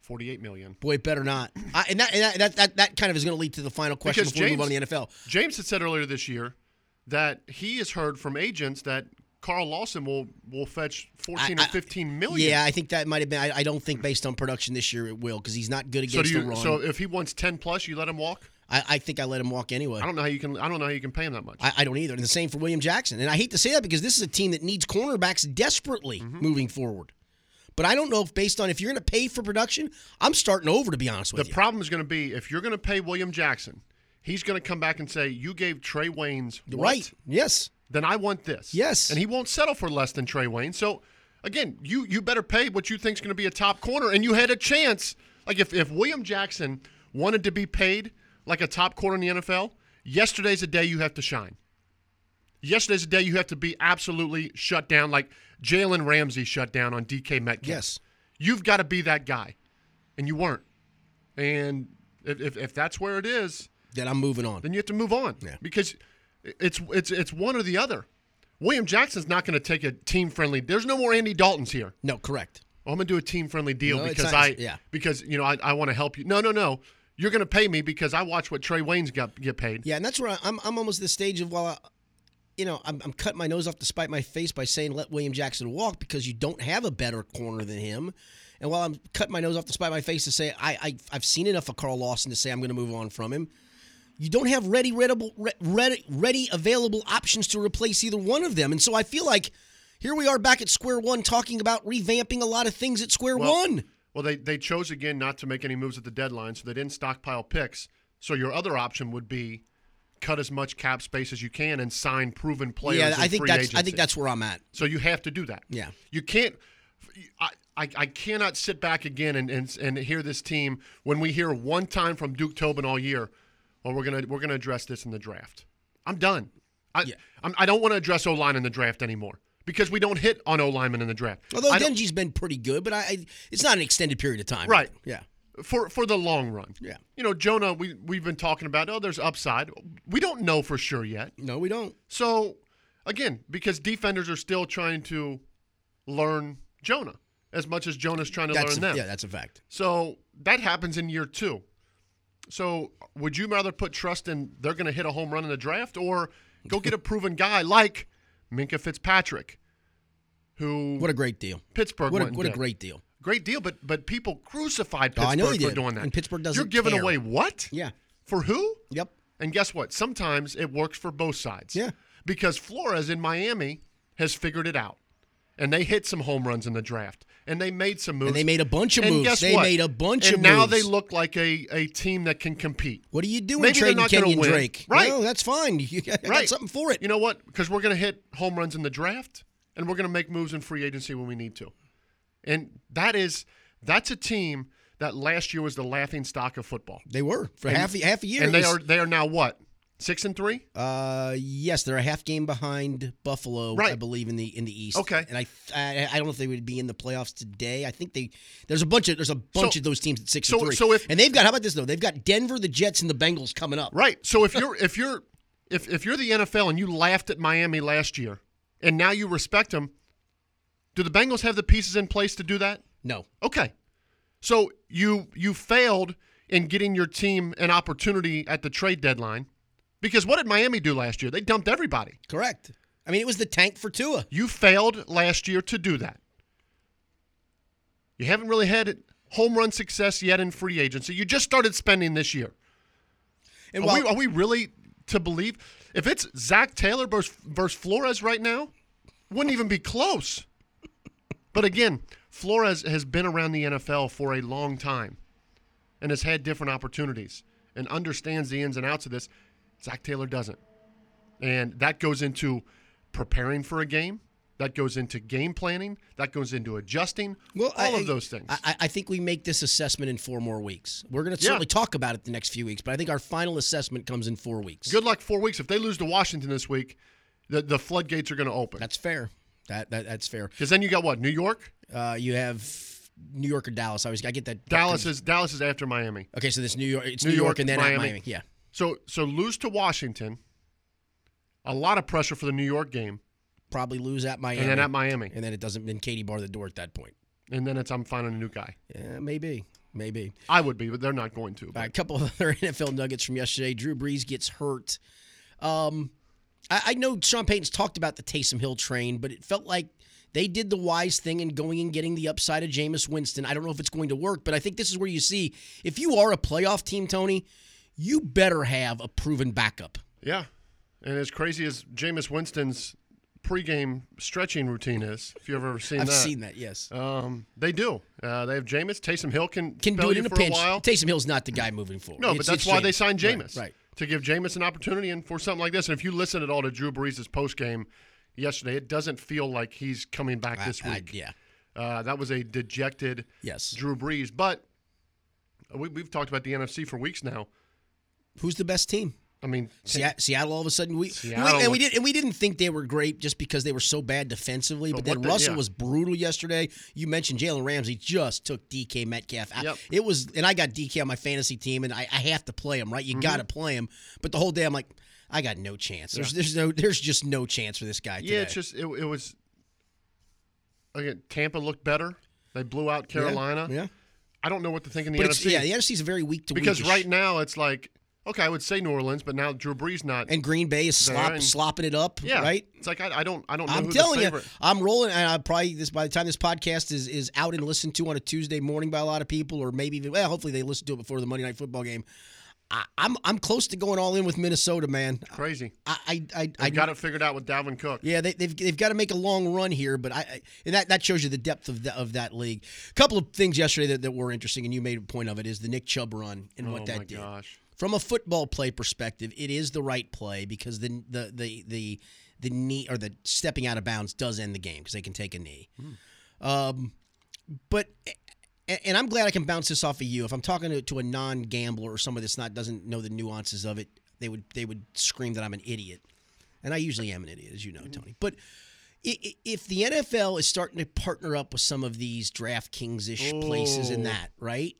forty-eight million. Boy, it better not. I, and that, and that, that that that kind of is going to lead to the final question Because before we move James- on to the NFL. James had said earlier this year that he has heard from agents that Carl Lawson will will fetch fourteen I- or I- fifteen million. Yeah, I think that might have been. I, I don't think based on production this year it will because he's not good So against do the you, run. so if he wants ten plus, you let him walk. I, I think I let him walk anyway. I don't know how you can. I don't know how you can pay him that much. I, I don't either. And the same for William Jackson. And I hate to say that because this is a team that needs cornerbacks desperately Mm-hmm. moving forward. But I don't know if based on if you're going to pay for production, I'm starting over to be honest the with you. problem is going to be if you're going to pay William Jackson, he's going to come back and say you gave Trey Wayne's what? Right? Yes. Then I want this. Yes. and he won't settle for less than Trey Wayne. So again, you you better pay what you think's going to be a top corner, and you had a chance. Like if if William Jackson wanted to be paid like a top corner in the NFL, yesterday's a day you have to shine. Yesterday's a day you have to be absolutely shut down, like Jalen Ramsey shut down on DK Metcalf. Yes. You've got to be that guy, and you weren't. And if, if, if that's where it is, Then I'm moving on. then you have to move on Yeah. because it's it's it's one or the other. William Jackson's not going to take a team friendly. There's no more Andy Daltons here. No, correct. Oh, I'm going to do a team friendly deal No, it's because not- I yeah. because you know I, I want to help you. No, no, no. You're going to pay me because I watch what Trey Wayne's got get paid. Yeah, and that's where I- I'm. I'm almost at the stage of well, I, you know, I'm, I'm cutting my nose off to spite my face by saying let William Jackson walk because you don't have a better corner than him. And while I'm cutting my nose off to spite my face to say I, I I've seen enough of Carl Lawson to say I'm going to move on from him. You don't have ready, readable, re- ready, ready available options to replace either one of them, and so I feel like here we are back at square one talking about revamping a lot of things at square Well, one. Well, they they chose again not to make any moves at the deadline, so they didn't stockpile picks. So your other option would be cut as much cap space as you can and sign proven players. Yeah, in I think free that's I agency. think that's where I'm at. So you have to do that. Yeah. You can't. I, I, I cannot sit back again and, and and hear this team when we hear one time from Duke Tobin all year, well we're gonna we're gonna address this in the draft. I'm done. I Yeah. I'm, I don't want to address O line in the draft anymore because we don't hit on O linemen in the draft. Although I don't- Denji's been pretty good, but I, I it's not an extended period of time. Right. Yeah. for for the long run, Yeah. You know Jonah, we we've been talking about oh there's upside. We don't know for sure yet. No, we don't. So again, because defenders are still trying to learn Jonah as much as Jonah's trying to That's learn a, them. yeah, that's a fact. So that happens in year two. So would you rather put trust in they're going to hit a home run in the draft or go get a proven guy like Minka Fitzpatrick, who What a great deal. Pittsburgh What a, went and what a did. great deal. great deal, but but people crucified Oh, Pittsburgh I know they for did. doing that. And Pittsburgh doesn't You're giving care. away what? Yeah. For who? Yep. And guess what? Sometimes it works for both sides. Yeah. Because Flores in Miami has figured it out. And they hit some home runs in the draft. And they made some moves. And they made a bunch of And moves. guess They what? made a bunch and of now moves. they look like a, a team that can compete. What are you doing Maybe they're trading not gonna Kenyon win. Drake? Right. No, that's fine. You got, I got Right. something for it. You know what? Because we're going to hit home runs in the draft, and we're going to make moves in free agency when we need to. And that is that's a team that last year was the laughing stock of football. they were for half a, half a year. and they It are was- they are now what six and three. Uh, yes, they're a half game behind Buffalo, I Right. believe in the in the East. Okay. And I, I I don't know if they would be in the playoffs today. I think they there's a bunch of there's a bunch So- of those teams at six so- and three. so if- and they've got how about this though? They've got Denver, the Jets, and the Bengals coming up. Right. So if you're if you're if if you're the NFL and you laughed at Miami last year, and now you respect them, do the Bengals have the pieces in place to do that? No. Okay. So you you failed in getting your team an opportunity at the trade deadline. Because what did Miami do last year? They dumped everybody. Correct. I mean, it was the tank for Tua. You failed last year to do that. You haven't really had home run success yet in free agency. You just started spending this year. And are, while, we, are we really to believe if it's Zach Taylor versus, versus Flores right now? Wouldn't even be close. But again, Flores has been around the NFL for a long time and has had different opportunities and understands the ins and outs of this. Zach Taylor doesn't. And that goes into preparing for a game. That goes into game planning. That goes into adjusting. well, all I- of those things. I- I, I think we make this assessment in four more weeks. We're going to Yeah. certainly talk about it the next few weeks, but I think our final assessment comes in four weeks. Good luck four weeks. If they lose to Washington this week, the, the floodgates are going to open. That's fair. That, that that's fair. Because then you got what? New York? Uh, you have New York or Dallas. I always I get that Dallas is Dallas is after Miami. Okay, so this New York, it's New New, York, York, and then at Miami. Miami. Yeah, So so lose to Washington. A lot of pressure for the New York game, probably lose at Miami, and then at Miami, and then it doesn't. Then Katie bar the door at that point. and then it's I'm finding a new guy. Yeah, maybe, maybe. I would be, but they're not going to. All right, a couple of other NFL nuggets from yesterday. Drew Brees gets hurt. Um, I, I know Sean Payton's talked about the Taysom Hill train, but it felt like they did the wise thing in going and getting the upside of Jameis Winston. I don't know if it's going to work, but I think this is where you see if you are a playoff team, Tony, you better have a proven backup. Yeah. And as crazy as Jameis Winston's pregame stretching routine is, if you've ever seen I've that, seen that, yes. Um, they do. Uh, they have Jameis. Taysom Hill can, Can spell do it you in a for pinch. a while. Taysom Hill's not the guy moving forward. No, It's- but that's it's why they Jameis. signed Jameis. Right, right. To give Jameis an opportunity and for something like this. And if you listen at all to Drew Brees' post game yesterday, it doesn't feel like he's coming back I- this I- week. yeah. Uh, that was a dejected Yes. Drew Brees. But we, we've talked about the NFC for weeks now. Who's the best team? I mean, Se- Seattle all of a sudden we, Seattle we- and we was- did and we didn't think they were great just because they were so bad defensively. But, But then what the- Russell yeah. was brutal yesterday. You mentioned Jalen Ramsey just took DK Metcalf out. Yep. It was and I got DK on my fantasy team and I, I have to play him right. Mm-hmm. You got to play him. But the whole day I'm like, I got no chance. There's there's no there's just no chance for this guy. yeah, today. it's just, it, it was. Again, Tampa looked better. They blew out Yeah, Carolina. Yeah, I don't know what to think in the but it's, NFC. yeah, the NFC's very weak to because weakish. right now it's like, okay, I would say New Orleans, but now Drew Brees not. and Green Bay is slop, They're in- slopping it up. yeah, right. It's like I, I don't, I don't know. I'm who the telling you, favorite- I'm rolling, and I probably this by the time this podcast is is out and listened to on a Tuesday morning by a lot of people, or maybe even well, hopefully they listen to it before the Monday night football game. I, I'm I'm close to going all in with Minnesota, man. Crazy. I I I, I I got it figured out with Dalvin Cook. Yeah, they, they've they've got to make a long run here, but I, I and that, that shows you the depth of the, of that league. A couple of things yesterday that, that were interesting, and you made a point of it is the Nick Chubb run and oh what that my did gosh. from a football play perspective, it is the right play because the the the the the knee or the stepping out of bounds does end the game because they can take a knee. Um, but a- and I'm glad I can bounce this off of you. If I'm talking to, to a non-gambler or somebody that's not doesn't know the nuances of it, they would they would scream that I'm an idiot, and I usually am an idiot, as you know, Tony. But i- i- if the NFL is starting to partner up with some of these DraftKings ish places and Oh. that, right?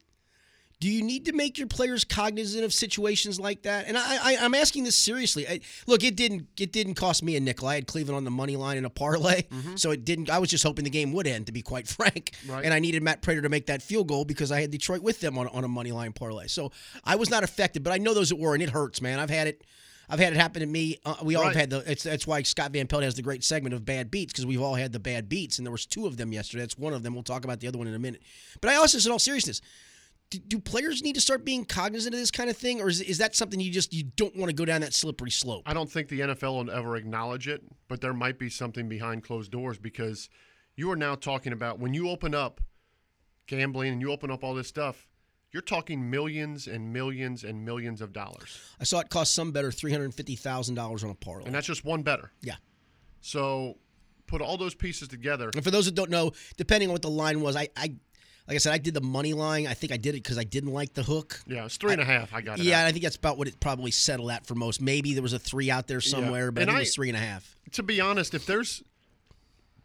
Do you need to make your players cognizant of situations like that? And I, I I'm asking this seriously. I, look, it didn't it didn't cost me a nickel. I had Cleveland on the money line in a parlay, so it didn't. I was just hoping the game would end, to be quite frank. Mm-hmm. Right. And I needed Matt Prater to make that field goal because I had Detroit with them on, on a money line parlay. So I was not affected, but I know those that were, and it hurts, man. I've had it. I've had it happen to me. Uh, we all have Right. had the. It's, that's why Scott Van Pelt has the great segment of bad beats because we've all had the bad beats, and there was two of them yesterday. That's one of them. We'll talk about the other one in a minute. But I also, in all seriousness, do, do players need to start being cognizant of this kind of thing, or is, is that something you just you don't want to go down that slippery slope? I don't think the NFL will ever acknowledge it, but there might be something behind closed doors because you are now talking about when you open up gambling and you open up all this stuff, you're talking millions and millions and millions of dollars. I saw it cost some better three hundred fifty thousand dollars on a parlay. And that's just one better. yeah. So put all those pieces together. And for those that don't know, depending on what the line was, I, I like I said, I did the money line. I think I did it because I didn't like the hook. Yeah, it's three and a half. I, got it. Yeah, out. and I think that's about what it probably settled at for most. Maybe there was a three out there somewhere, but And I think it I- was three and a half. To be honest, if there's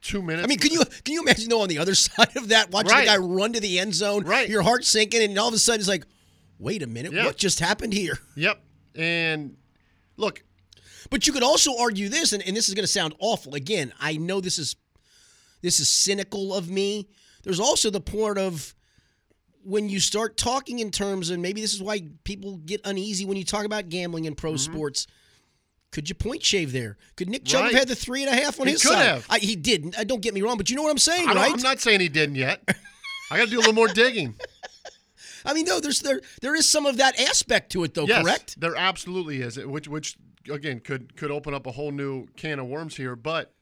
two minutes, I mean, can you can you imagine though on the other side of that, watching Right. the guy run to the end zone, Right. Your heart sinking, and all of a sudden it's like, wait a minute, Yeah. what just happened here? yep. And look, But you could also argue this, and, and this is going to sound awful. Again, I know this is this is cynical of me. There's also the point of when you start talking in terms, and maybe this is why people get uneasy when you talk about gambling in pro Mm-hmm. sports. Could you point shave there? Could Nick Chubb have Right. had the three and a half on He his could side? have. I, he didn't. I, don't get me wrong, but you know what I'm saying, I don't, right? I'm not saying he didn't yet. I got to do a little more digging. I mean, no, there's there there is some of that aspect to it, though. Yes, Correct? There absolutely is, which which again could could open up a whole new can of worms here. But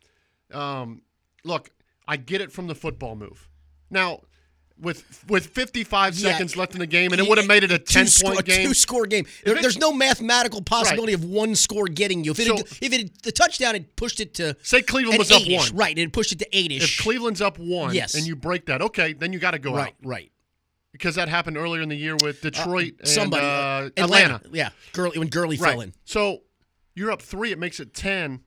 um, look, I get it from the football move. Now, with with 55 Yeah. seconds left in the game, and it would have made it a 10 two score, point game. Two score game. There- it- there's no mathematical possibility of one score getting you. If it, had, So- if it had, the touchdown had pushed it to Say Cleveland an was up eight-ish, one. right? It had pushed it to eight ish. If Cleveland's up one, Yes. and you break that, okay, then you got to go out right, right. because that happened earlier in the year with Detroit and Somebody, uh, Atlanta. Atlanta. yeah. Gurley when Gurley fell in. So you're up three. It makes it ten.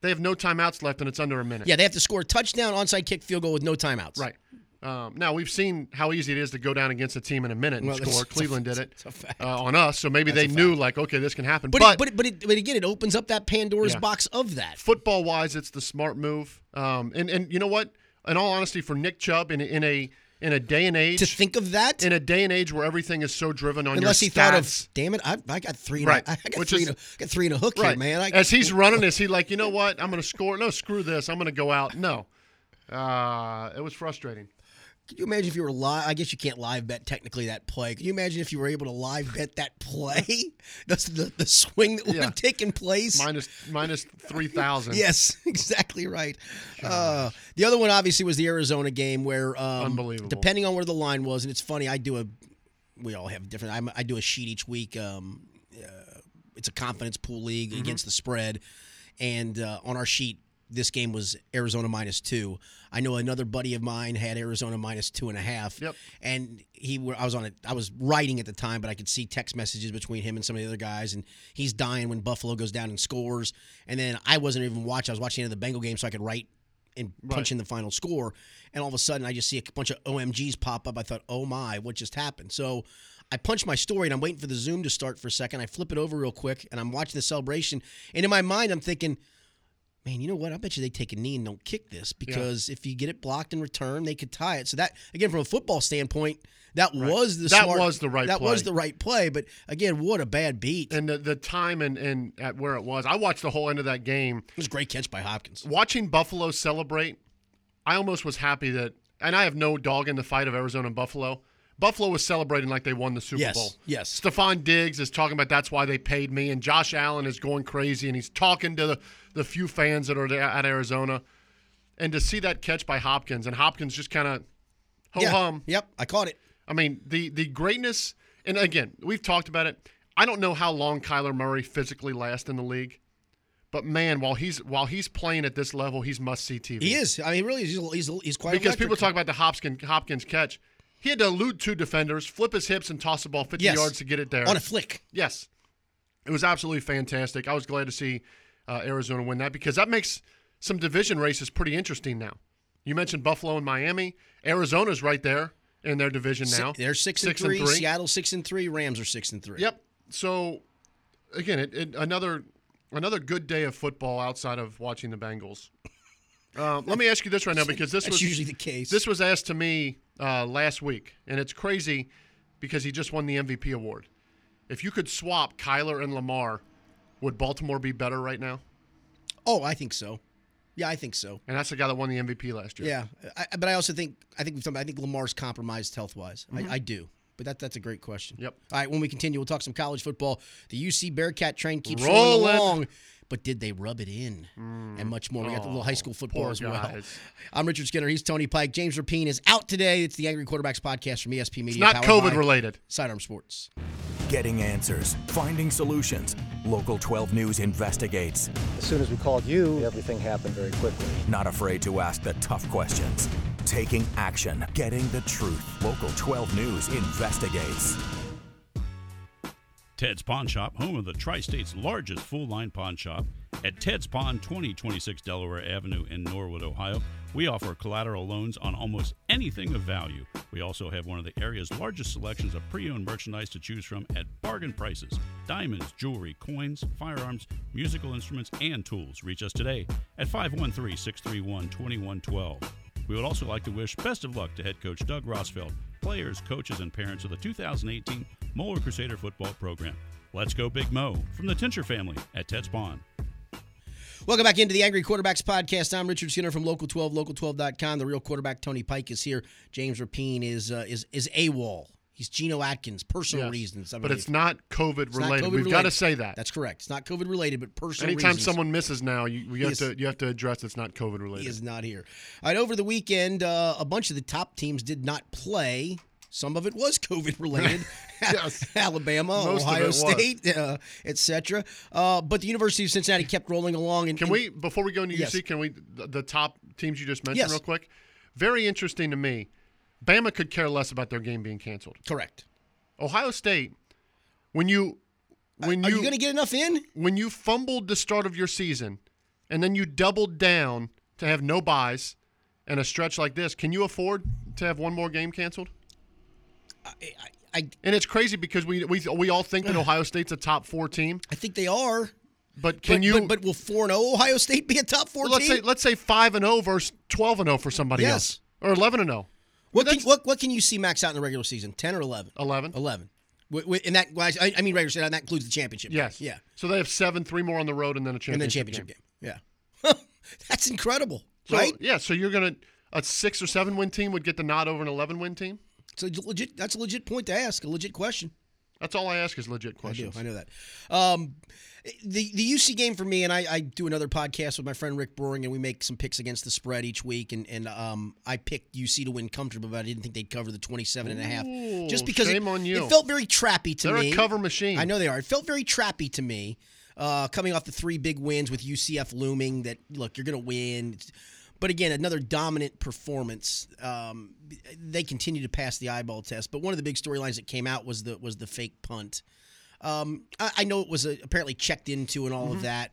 They have no timeouts left, and it's under a minute. Yeah, they have to score a touchdown, onside kick, field goal with no timeouts. Right. Um, now we've seen how easy it is to go down against a team in a minute and Well, that's- score. Cleveland did it it's a fact. uh, on us, so maybe they knew like, okay, this can happen. But But, but it, but, it, but, it, but again, it opens up that Pandora's Yeah. box of that. football wise, it's the smart move. Um, and and you know what? In all honesty, for Nick Chubb in in a in a day and age to think of that. in a day and age where everything is so driven on Unless your he thought stats. of, damn it, I, I got three. Right. Right. I got Which three. is- and a, got three and a hook here, man. I, As he's running, is he like, you know what? I'm going to score. No, screw this. I'm going to go out. No. Uh, it was frustrating. Could you imagine if you were live? I guess you can't live bet technically that play. Could you imagine if you were able to live bet that play? That's the, the swing that would Yeah. have taken place. Minus minus three thousand. yes, exactly right. Uh, the other one obviously was the Arizona game where, um, Unbelievable. depending on where the line was, and it's funny. I do a, we all have different. I'm, I do a sheet each week. Um, uh, it's a confidence pool league Mm-hmm. against the spread, and uh, on our sheet. This game was Arizona minus two. I know another buddy of mine had Arizona minus two and a half. Yep. And he, were, I was on it. I was writing at the time, but I could see text messages between him and some of the other guys. And he's dying when Buffalo goes down and scores. And then I wasn't even watching. I was watching the end of the Bengal game, so I could write and punch Right. in the final score. And all of a sudden, I just see a bunch of OMGs pop up. I thought, oh my, what just happened? So I punch my story, and I'm waiting for the Zoom to start for a second. I flip it over real quick, and I'm watching the celebration. And in my mind, I'm thinking man, you know what? I bet you they take a knee and don't kick this because if you get it blocked in return, they could tie it. So that again, from a football standpoint, that was the That smart- was the right that was play. the right play. But again, what a bad beat! And the, the time and, and at where it was. I watched the whole end of that game. it was a great catch by Hopkins. Watching Buffalo celebrate, I almost was happy that and I have no dog in the fight of Arizona and Buffalo. Buffalo was celebrating like they won the Super Yes, Bowl. yes. Stephon Diggs is talking about that's why they paid me, and Josh Allen is going crazy, and he's talking to the, the few fans that are there at Arizona. And to see that catch by Hopkins, and Hopkins just kind of ho yeah. hum. Yep, I caught it. I mean, the the greatness, and again, we've talked about it. I don't know how long Kyler Murray physically lasts in the league, but man, while he's while he's playing at this level, he's must see TV. He is. I mean, he really, is. he's he's, he's quite because electric. people talk about the Hopkins Hopkins catch. He had to elude two defenders, flip his hips, and toss the ball 50 Yes. yards to get it there. on a flick. yes, it was absolutely fantastic. I was glad to see uh, Arizona win that because that makes some division races pretty interesting now. You mentioned Buffalo and Miami. Arizona's right there in their division now. Si- they're six, and, three. Seattle six and three. Rams are six and three. Yep. So again, it, it, another another good day of football outside of watching the Bengals. Uh, let me ask you this right now because this that's was usually the case. this was asked to me uh, last week, and it's crazy because he just won the MVP award. If you could swap Kyler and Lamar, would Baltimore be better right now? oh, I think so. Yeah, I think so. And that's the guy that won the MVP last year. Yeah, I, I- but I also think I think we've talked about, I think Lamar's compromised health wise. I, I do, but that that's a great question. Mm-hmm. Yep. All right, when we continue, we'll talk some college football. The UC Bearcat train keeps rolling, Rolling. Mm. along, but did they rub it in? and much more. We got the little high school football Oh, poor as well. guys. I'm Richard Skinner. He's Tony Pike. James Rapine is out today. It's the Angry Quarterbacks podcast from ESP Media. It's not powered COVID by related. Sidearm Sports. Getting answers, finding solutions. Local 12 News investigates. As soon as we called you, everything happened very quickly. Not afraid to ask the tough questions. Taking action, getting the truth. Local 12 News investigates. Ted's Pawn Shop, home of the tri state's largest full line pawn shop. At Ted's Pawn, 2026 Delaware Avenue in Norwood, Ohio, we offer collateral loans on almost anything of value. We also have one of the area's largest selections of pre owned merchandise to choose from at bargain prices diamonds, jewelry, coins, firearms, musical instruments, and tools. Reach us today at 513 631 2112. We would also like to wish best of luck to head coach Doug Rosfeld, players, coaches, and parents of the 2018 Moeller Crusader football program. Let's go, Big Mo, from the Tincher family at Ted's Pond. Welcome back into the Angry Quarterbacks Podcast. I'm Richard Skinner from Local 12, local12.com. The real quarterback, Tony Pike, is here. James Rapine is uh, is is AWOL. He's Geno Atkins, personal Yes. reasons. I But believe. it's not COVID It's not related. COVID We've got to related. say that. That's correct. It's not COVID related, but personal Anytime reasons. someone misses now, you, we have is- to you have to address it's not COVID related. He is not here. All right, over the weekend, uh, a bunch of the top teams did not play. Some of it was COVID related. Yes. Alabama, Most of it Ohio was. State, uh, etc. Uh, but the University of Cincinnati kept rolling along. And Can we before we go into Yes. UC? Can we the, the top teams you just mentioned Yes. real quick? Very interesting to me. Bama could care less about their game being canceled. Correct. Ohio State, when you when Uh, Are you, you going to get enough in? when you fumbled the start of your season, and then you doubled down to have no buys and a stretch like this, can you afford to have one more game canceled? I, I, And it's crazy because we we, we all think that Ohio State's a top four team, I think they are. but can but, you? But, but will four and zero Ohio State be a top four Well, let's team? oh say let's say five and oh, zero versus twelve and zero for somebody Yes. else, or eleven and zero. What can, that's- what, what can you see max out in the regular season? 10 or 11? 11. 11. Wi- wi- And that, I I mean, regular season, and that includes the championship. game. Yes. Yeah. So they have seven, three more on the road, and then a championship. And then championship game. Yeah. That's incredible, So, right? Yeah. So you're gonna a six or seven win team would get the nod over an eleven win team. So legit, that's a legit point to ask, a legit question. That's all I ask is legit I do. questions. I know that. Um, the the UC game for me, and I, I do another podcast with my friend Rick Boring, and we make some picks against the spread each week. And and um, I picked UC to win comfortable, but I didn't think they'd cover the 27 and a half. Ooh, just because shame it, on you. it felt very trappy to They're me. a cover machine. I know they are. It felt very trappy to me, uh, coming off the three big wins with UCF looming. That look, you're going to win. But again, another dominant performance. Um, they continue to pass the eyeball test. But one of the big storylines that came out was the was the fake punt. Um, I, I know it was uh apparently checked into and all Mm-hmm. of that.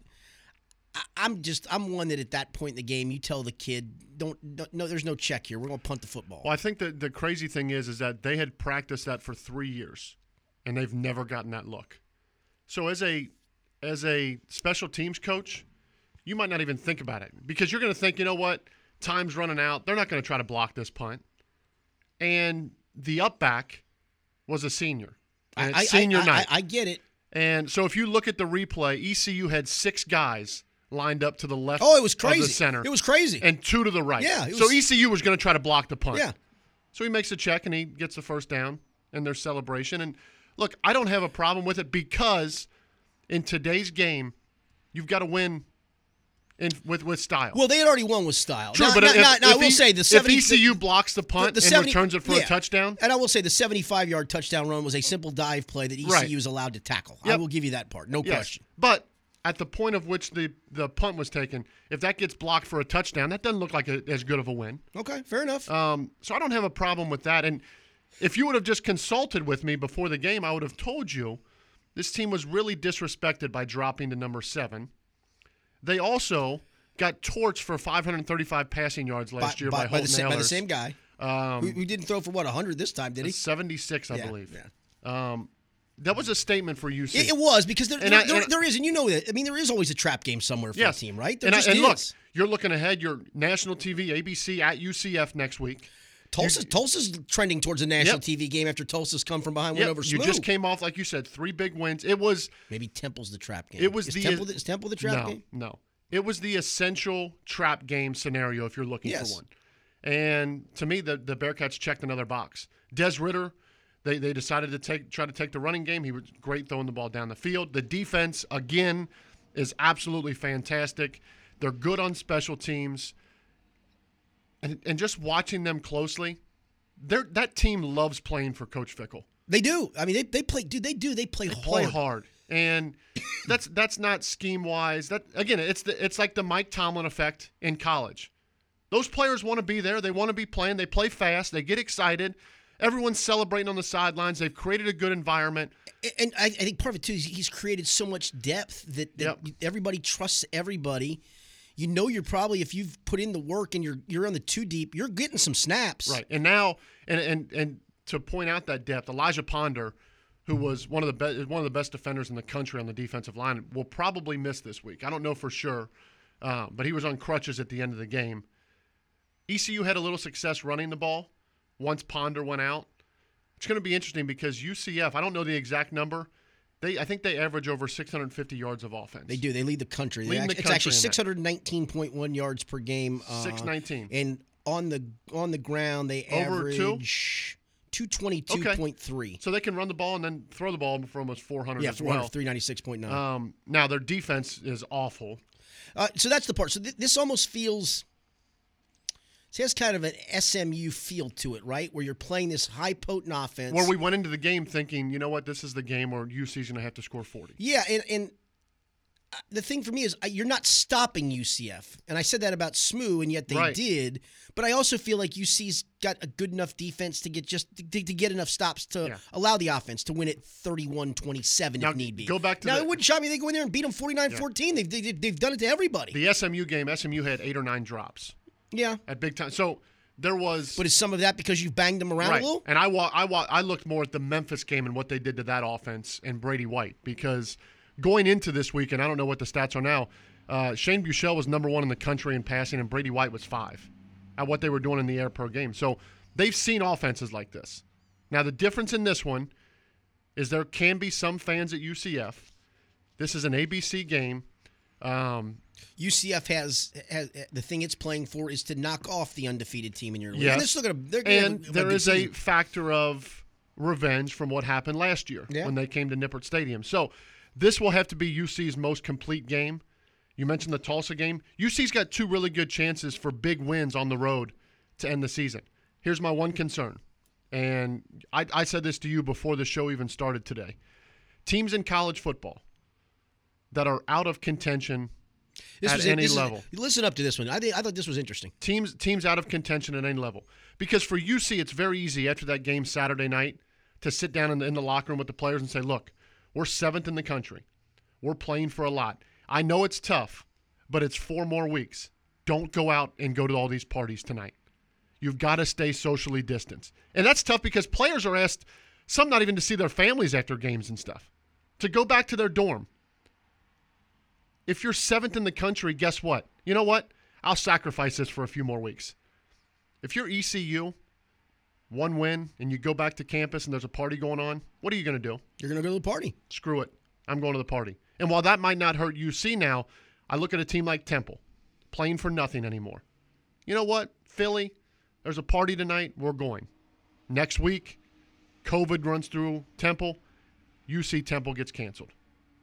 I, I'm just I'm one that at that point in the game, you tell the kid, don't, don't no, there's no check here. We're going to punt the football. Well, I think that the crazy thing is, is that they had practiced that for three years, and they've never gotten that look. So as a as a special teams coach, you might not even think about it because you're going to think, you know what, time's running out. They're not going to try to block this punt. And the upback was a senior. And it's senior I, night. I, I get it. And so if you look at the replay, ECU had six guys lined up to the left. Oh, it was Of crazy. the center. It was crazy. And two to the right. Yeah, it so was- ECU was going to try to block the punt. Yeah. So he makes a check and he gets the first down and their celebration. And look, I don't have a problem with it because in today's game, you've got to win in with with style. Well, they had already won with style. True, now, but now, if, now, now I if will E- say the if 70, ECU blocks the punt and returns it for yeah. a touchdown, And I will say the 75 yard touchdown run was a simple dive play that E ECU Right. is allowed to tackle. I Yep. will give you that part. No Yes. question. But at the point of which the, the punt was taken, if that gets blocked for a touchdown, that doesn't look like a, as good of a win. Okay, fair enough. Um, so I don't have a problem with that. And if you would have just consulted with me before the game, I would have told you this team was really disrespected by dropping to number seven. They also got torched for 535 passing yards last year by, by, the, Holton sa- by the Ehlers. same guy Um, who, who didn't throw for what 100 this time, did he? 76, I Yeah, believe. yeah. Um, that was a statement for UC. It, it was because there, And there, I- there- and I- there is, and you know that. I mean, there is always a trap game somewhere for Yes. a team, right? There And, I- just and is. look, you're looking ahead. Your national TV, ABC at UCF next week. Tulsa, Tulsa's trending towards a national Yep. TV game after Tulsa's come from behind, win Yep, over you Smoot. just came off, like you said, three big wins. It was Maybe Temple's the trap game. it was is the Temple the, is Temple the trap no, game? No, it was the essential trap game scenario if you're looking Yes. for one. And to me, the the Bearcats checked another box. Des Ritter, they they decided to take try to take the running game. He was great throwing the ball down the field. The defense again is absolutely fantastic. They're good on special teams. And, and just watching them closely, they're, that team loves playing for Coach Fickle They do. I mean, they, they play. Dude, they do. They play hard. play hard. And that's that's not scheme wise. That again, it's the it's like the Mike Tomlin effect in college. Those players want to be there. They want to be playing. They play fast. They get excited. Everyone's celebrating on the sidelines. They've created a good environment. And- And I, I think part of it too is he's created so much depth that, that Yep. everybody trusts everybody. You know, you're probably if you've put in the work and you're you're on the two deep, you're getting some snaps. Right. And now and and and to point out that depth, Elijah Ponder, who Mm-hmm. was one of the best one of the best defenders in the country on the defensive line, will probably miss this week. I don't know for sure, uh, but he was on crutches at the end of the game. ECU had a little success running the ball once Ponder went out. It's going to be interesting because UCF. I don't know the exact number. They I think they average over 650 yards of offense. They do. They lead the country. They Leading the act- it's actually country 619.1 yards per game. uh, 619. And on the on the ground, they Over two? average 222.3. So they can run the ball and then throw the ball for almost 400 Yeah, as well. 400, 396.9. Um, now their defense is awful. Uh, so that's the part. So th- this almost feels. See, has kind of an SMU feel to it, right? Where you're playing this high potent offense. Where we went into the game thinking, you know what, this is the game where UC's going to have to score 40. Yeah, and and uh, the thing for me is uh, you're not stopping UCF, and I said that about SMU, and yet they Right. did. But I also feel like UC's got a good enough defense to get just to, to get enough stops to Yeah. allow the offense to win it 31-27 Now, if need be. go back to now the- it wouldn't shock me if they go in there and beat them 49-14. They've, they, they've done it to everybody. The SMU game, SMU had eight or nine drops yeah, at big time. So there was. but is some of that because you've banged them around right. a little? And I, wa- I, wa- I looked more at the Memphis game and what they did to that offense and Brady White because going into this week, and I don't know what the stats are now, uh, Shane Buchel was number one in the country in passing, and Brady White was five at what they were doing in the air per game. So They've seen offenses like this. Now, the difference in this one is there can be some fans at UCF. This is an ABC game. Um, UCF has, has the thing it's playing for is to knock off the undefeated team in your league. Yes. And, they're still gonna, they're gonna and have a there good is a team. factor of revenge from what happened last year Yeah. when they came to Nippert Stadium. So this will have to be UC's most complete game. You mentioned the Tulsa game. UC's got two really good chances for big wins on the road to end the season. Here's my one concern, and I, I said this to you before the show even started today. Teams in college football that are out of contention at it. any is it. level. listen up to this one. I think I thought this was interesting. teams teams out of contention at any level. Because for UC, it's very easy after that game Saturday night to sit down in the, in the locker room with the players and say, "Look, we're seventh in the country. We're playing for a lot. I know it's tough, but it's four more weeks. Don't go out and go to all these parties tonight. You've got to stay socially distanced, and that's tough because players are asked some not even to see their families after games and stuff, to go back to their dorm." if you're seventh in the country, guess what? You know what? I'll sacrifice this for a few more weeks. If you're ECU, one win, and you go back to campus and there's a party going on, what are you going to do? You're gonna go to the party. Screw it. I'm going to the party. And while that might not hurt UC now, I look at a team like Temple, playing for nothing anymore. You know what? Philly, there's a party tonight. We're going. Next week, COVID runs through Temple. UC Temple gets canceled.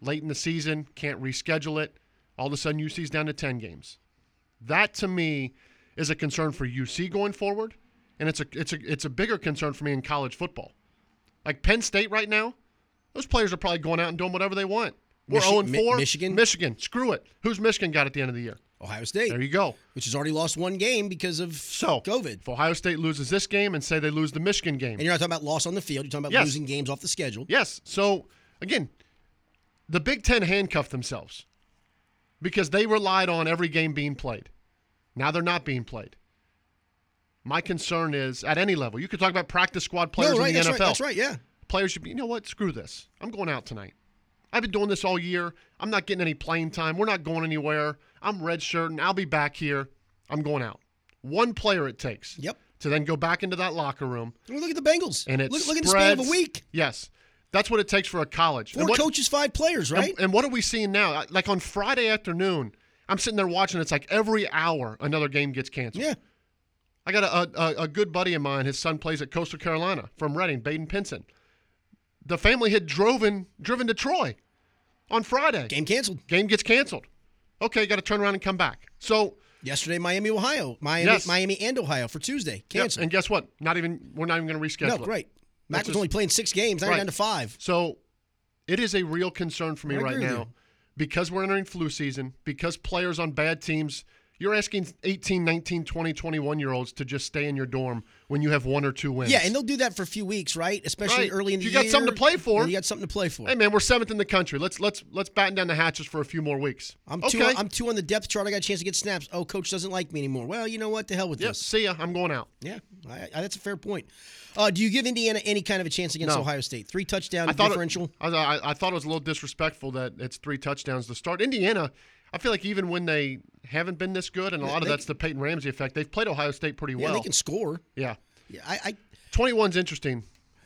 Late in the season, can't reschedule it. All of a sudden, UC's down to 10 games. That to me is a concern for UC going forward, and it's a it's a it's a bigger concern for me in college football. Like Penn State right now, those players are probably going out and doing whatever they want. We're Michi- 0 and Mi- 4. Michigan? Michigan. Screw it. Who's Michigan got at the end of the year? Ohio State, There you go. which has already lost one game because of So COVID. If Ohio State loses this game and say they lose the Michigan game, And you're not talking about loss on the field. You're talking about Yes. losing games off the schedule. Yes. So again, the Big Ten handcuffed themselves because they relied on every game being played. Now they're not being played. My concern is at any level. You could talk about practice squad players no, right, in the that's NFL. right. That's right. Yeah. Players should be, you know what? Screw this. I'm going out tonight. I've been doing this all year. I'm not getting any playing time. We're not going anywhere. I'm redshirting. I'll be back here. I'm going out. One player it takes. Yep. To then go back into that locker room Well, look at the Bengals. and it look, look at the span of a spreads. week. Yes, that's what it takes for a college. Four and what, coaches, five players, and- right? And, what are we seeing now? Like on Friday afternoon, I'm sitting there watching. It's like every hour another game gets canceled. yeah. I got a, a, a good buddy of mine. His son plays at Coastal Carolina from Reading, Baden Pinson. The family had driven driven to Troy on Friday. Game canceled. Game gets canceled. Okay, got to turn around and come back. So Yesterday, Miami, Ohio. Miami, Yes. Miami and Ohio for Tuesday. yep, Canceled. and guess what? Not even we're not even going to reschedule. no, it. great. Mac That's was just- only playing six games. Now Right. you're down to five. So it is a real concern for me I right agree with now you. because we're entering flu season, because players on bad teams, you're asking 18, 19, 20, 21 year olds to just stay in your dorm when you have one or two wins. Yeah, and they'll do that for a few weeks, right? Especially Right. early in the You year. got something to play for. And You got something to play for. Hey man, we're seventh in the country. Let's let's let's batten down the hatches for a few more weeks. I'm okay. two. I'm two on the depth chart. I got a chance to get snaps. Oh, coach doesn't like me anymore. Well, you know what? The hell with yeah, this. see ya. I'm going out. Yeah, I, I, that's a fair point. Uh, do you give Indiana any kind of a chance against No. Ohio State? Three touchdown I thought differential. It, I, I, I thought it was a little disrespectful that it's three touchdowns to start. Indiana, I feel like even when they haven't been this good, and a lot of they- that's the Peyton Ramsey effect. They've played Ohio State pretty yeah, well. they can score. yeah, Yeah, I, I twenty one's interesting.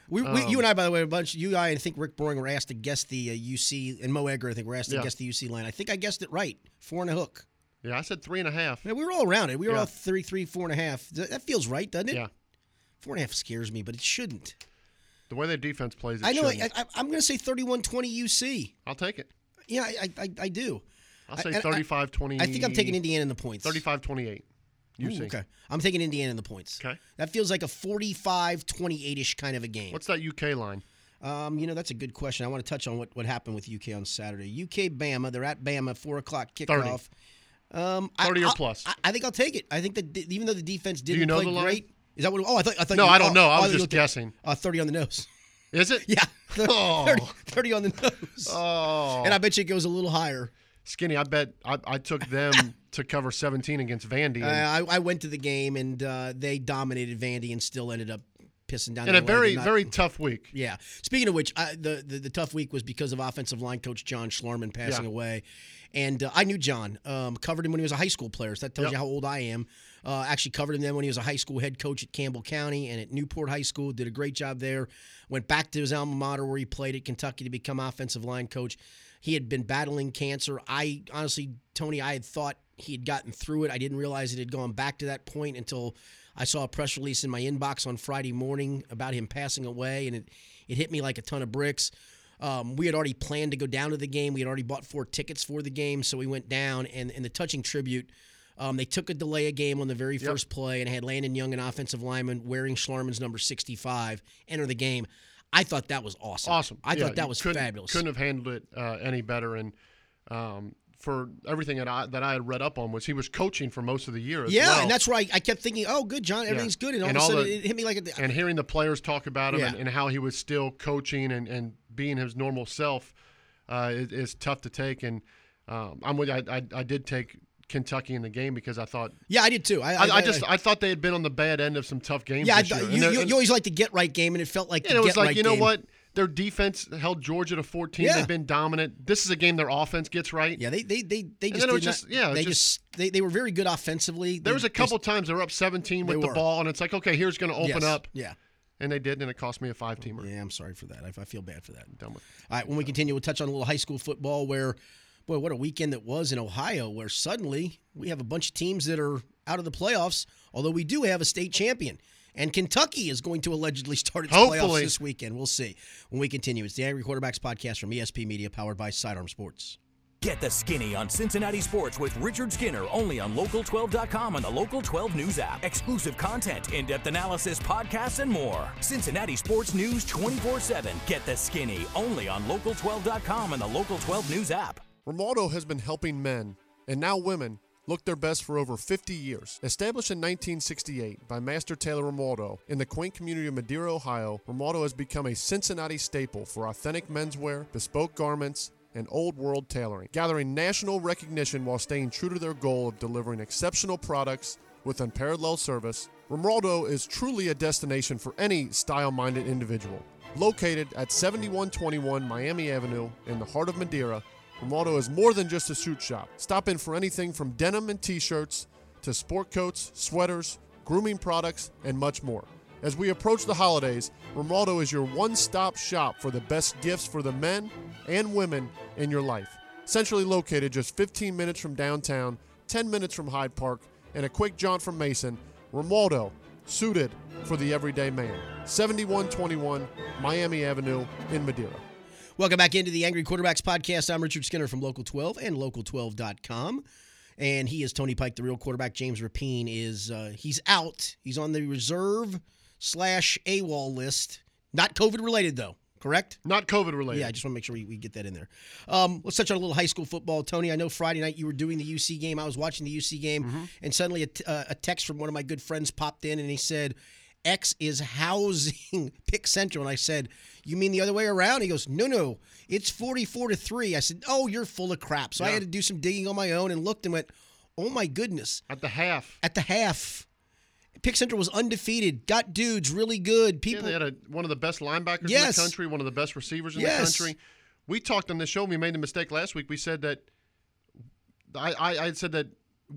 we, Um, we, you and I, by the way, a bunch. You, I, and I think Rick Boring were asked to guess the uh, UC, and Mo Egger, I think, were asked to Yeah. guess the UC line. I think I guessed it right. Four and a hook. Yeah, I said three and a half. Yeah, we were all around it. We were Yeah. all three, three, four and a half. Th- That feels right, doesn't it? Yeah, Four and a half scares me, but it shouldn't. the way their defense plays, it I know. I, shouldn't. I, I'm going to say 31-20 UC. I'll take it. Yeah, I, I, I, I do. I'll I- say and I- 35 20. I think I'm taking Indiana in the points. 35 28. You Ooh, see. Okay. I'm taking Indiana in the points. Okay. That feels like a 45 28 ish kind of a game. What's that UK line? Um, you know, that's a good question. I want to touch on what, what happened with UK on Saturday. UK Bama, they're at Bama, 4 o'clock kickoff. Um, I- 30 or I'll- plus. I, I think I'll take it. I think that d- even though the defense didn't you know play the line? great. Is that what? Oh, I thought. I thought No, you- I don't oh, know. I oh, was thought you just looked at- guessing. uh, 30 on the nose. Is it? Yeah. Oh. 30, 30 on the nose. Oh. And I bet you it goes a little higher. Skinny, I bet I, I took them to cover 17 against Vandy. And, Uh, I, I went to the game and uh, they dominated Vandy and still ended up pissing down and their leg a very, not- very tough week. Yeah. Speaking of which, I, the, the the tough week was because of offensive line coach John Schlarman passing Yeah. away, and uh, I knew John, um, covered him when he was a high school player. So that tells Yep. you how old I am. Uh, actually covered him then when he was a high school head coach at Campbell County and at Newport High School. Did a great job there. Went back to his alma mater where he played at Kentucky to become offensive line coach. He had been battling cancer. I honestly, Tony, I had thought he had gotten through it. I didn't realize it had gone back to that point until I saw a press release in my inbox on Friday morning about him passing away, and it, it hit me like a ton of bricks. Um, we had already planned to go down to the game. We had already bought four tickets for the game, so we went down. And in the touching tribute, um, they took a delay of game on the very first play and had Landon Young, an offensive lineman, wearing Schlarman's number 65, enter the game. I thought that was awesome. awesome. I Yeah, thought that you was couldn't- fabulous. Couldn't have handled it uh, any better. And um, for everything that I that I had read up on was he was coaching for most of the year. As yeah, well. and that's where I, I kept thinking, oh, good, John, everything's good. And all And of a all sudden, the- it hit me like a. and hearing the players talk about him Yeah. and, and how he was still coaching and, and being his normal self uh, is, is tough to take. And um, I'm with I, I I did take Kentucky in the game because I thought yeah, I did too. I, I, I just I thought they had been on the bad end of some tough games. yeah, I this thought- year. And you, they're- you, and- you always like the get right game, and it felt like the and it was get like right you know game. what their defense held Georgia to 14. Yeah. They've been dominant. This is a game their offense gets right. Yeah, they they they they And just then it did was just- not, yeah, it was they just- just they, they were very good offensively. They- There was a they- couple times they were up 17 They with the were. ball, and it's like, okay, here's going to open yes, up, Yeah, and they did, and it cost me a five teamer. yeah. I'm sorry for that. I, I feel bad for that. Done with. All right, when we continue, we'll touch on a little high school football where, boy, what a weekend that was in Ohio where suddenly we have a bunch of teams that are out of the playoffs, although we do have a state champion. And Kentucky is going to allegedly start its playoffs Hopefully. this weekend. We'll see. When we continue, it's the Angry Quarterbacks podcast from ESP Media, powered by Sidearm Sports. Get the skinny on Cincinnati sports with Richard Skinner only on local12.com and the Local 12 News app. Exclusive content, in depth analysis, podcasts, and more. Cincinnati sports news 24 7. Get the skinny only on local12.com and the Local 12 News app. Romaldo has been helping men, and now women, look their best for over 50 years. Established in 1968 by Master Taylor Romaldo in the quaint community of Madeira, Ohio, Romaldo has become a Cincinnati staple for authentic menswear, bespoke garments, and old world tailoring, gathering national recognition while staying true to their goal of delivering exceptional products with unparalleled service. Romaldo is truly a destination for any style minded individual. Located at 7121 Miami Avenue in the heart of Madeira, Romaldo is more than just a suit shop. Stop in for anything from denim and t shirts to sport coats, sweaters, grooming products, and much more. As we approach the holidays, Romaldo is your one stop shop for the best gifts for the men and women in your life. Centrally located just 15 minutes from downtown, 10 minutes from Hyde Park, and a quick jaunt from Mason, Romaldo, suited for the everyday man. 7121 Miami Avenue in Madeira. Welcome back into the Angry Quarterbacks podcast. I'm Richard Skinner from Local 12 and Local12.com. And he is Tony Pike, the real quarterback. James Rapine is, uh, he's out. He's on the reserve slash AWOL list. Not COVID related, though, correct? Not COVID related. Yeah, I just want to make sure we, we get that in there. Um, let's touch on a little high school football. Tony, I know Friday night you were doing the UC game. I was watching the UC game, Mm-hmm. and suddenly a, t- uh, a text from one of my good friends popped in, and he said, X is housing Pick Central. And I said, You mean the other way around? He goes, No, no, it's 44 to 3. I said, Oh, you're full of crap. So I had to do some digging on my own and looked and went, Oh my goodness At the half, at the half. Pick Central was undefeated. Got dudes really good. yeah, People, they had a, one of the best linebackers Yes. in the country, one of the best receivers in Yes. the country. We talked on the show. We made the mistake last week. We said that I, I, I said that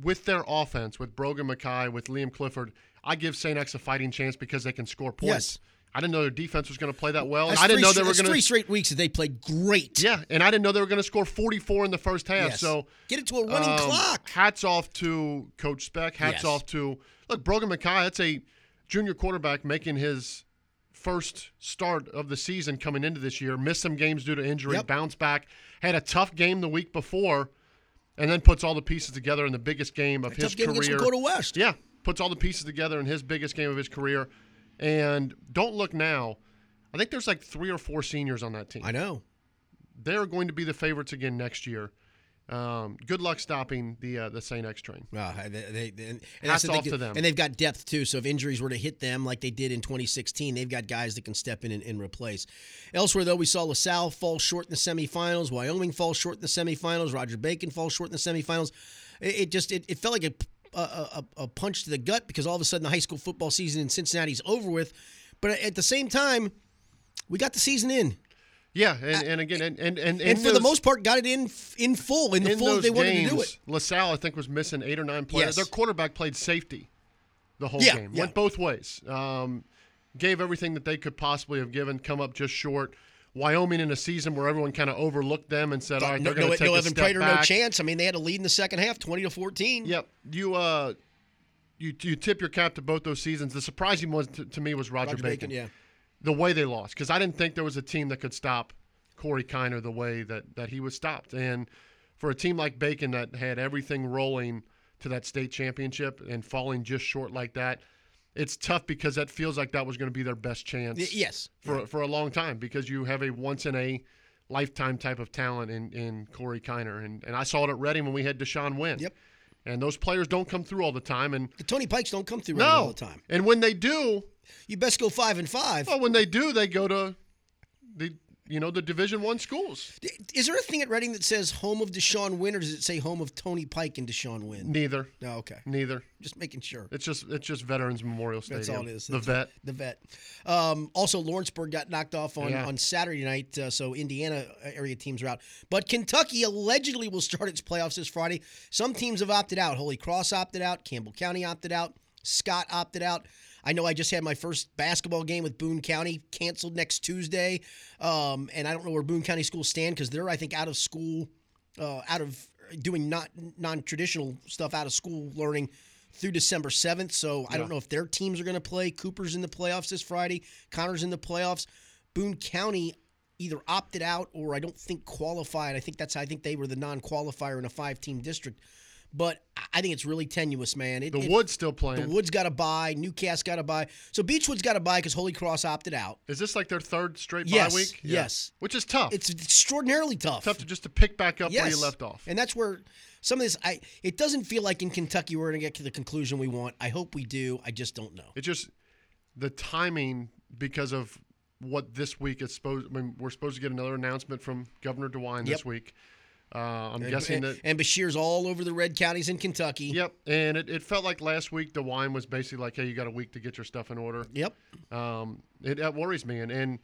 with their offense, with Brogan Mackay, with Liam Clifford, I give St. X a fighting chance because they can score points. Yes. I didn't know their defense was going to play that well. and That's I didn't three know stra- they were that's going three to. straight weeks that they played great. Yeah, and I didn't know they were going to score 44 in the first half. Yes. So get it to a running um, clock. Hats off to Coach Speck. Hats Yes. off to look Brogan McKay. That's a junior quarterback making his first start of the season coming into this year. Missed some games due to injury. Yep. Bounced back. Had a tough game the week before, and then puts all the pieces together in the biggest game of his Tough game against career. Dakota West. Yeah, puts all the pieces together in his biggest game of his career. And don't look now. I think there's like three or four seniors on that team I know. they're going to be the favorites again next year. Um, good luck stopping the uh, the Saint X train. Uh, they, they, they- and Hats that's the thing, off to them. And they've got depth too. So if injuries were to hit them like they did in 2016, they've got guys that can step in and, and replace. Elsewhere, though, we saw LaSalle fall short in the semifinals. Wyoming fall short in the semifinals. Roger Bacon fall short in the semifinals. It, it just it, it felt like a, a, a, a punch to the gut because all of a sudden the high school football season in Cincinnati's over with. But at the same time, we got the season in. Yeah, and, and again, and and and, Uh, and for the those- most part got it in in full in the in full those they wanted games, to do it. LaSalle I think was missing eight or nine players. Yes. Their quarterback played safety. the whole Yeah, game. yeah. Went both ways. Um, gave everything that they could possibly have given, come up just short. Wyoming in a season where everyone kind of overlooked them and said, all right, no, they're no, going to no take a Evan step Prater, no back. chance. I mean, they had a lead in the second half, twenty to fourteen. Yep. You uh, you you tip your cap to both those seasons. The surprising one to, to me was Roger, Roger Bacon, yeah. The way they lost, because I didn't think there was a team that could stop Corey Kiner the way that that he was stopped. And for a team like Bacon that had everything rolling to that state championship and falling just short like that. It's tough because that feels like that was going to be their best chance. Y- yes. for for a long time because you have a once in a lifetime type of talent in in Corey Kiner, and and I saw it at Reading when we had Deshaun Win. Yep. And those players don't come through all the time, and The Tony Pikes don't come through no, all the time. And when they do, You best go five and five. well, when they do, they go to the you know the Division One schools. Is there a thing at Reading that says home of Deshaun Wynn, or does it say home of Tony Pike and Deshaun Wynn? Neither, No, okay. neither. Just making sure. It's just it's just Veterans Memorial Stadium. That's all it is. The That's vet. The vet. Um, also, Lawrenceburg got knocked off on, Yeah. on Saturday night, uh, so Indiana area teams are out. But Kentucky allegedly will start its playoffs this Friday. Some teams have opted out. Holy Cross opted out. Campbell County opted out. Scott opted out. I know I just had my first basketball game with Boone County canceled next Tuesday, um, and I don't know where Boone County schools stand because they're I think out of school, uh, out of doing not non-traditional stuff out of school learning through December 7th. So I don't know if their teams are going to play. Cooper's in the playoffs this Friday. Connor's in the playoffs. Boone County either opted out or I don't think qualified. I think that's I think they were the non-qualifier in a five-team district. But I- I think it's really tenuous, man. It, The it- Wood's still The playing. Wood's got to buy. Newcast got to buy. So Beechwood's got to buy because Holy Cross opted out. is this like their third straight Yes, bye week? yes. Which is tough. It's extraordinarily tough to just to pick back up where you left off. And that's where some of this I it doesn't feel like in Kentucky we're gonna get to the conclusion we want. I hope we do. I just don't know. It just the timing because of what this week is supposed. I mean, we're supposed to get another announcement from Governor DeWine this Yep. week. Uh, I'm And- guessing and, that. and Bashir's all over the red counties in Kentucky. Yep, and it, it felt like last week DeWine was basically like, "Hey, you got a week to get your stuff in order." Yep. Um, it, that worries me, and and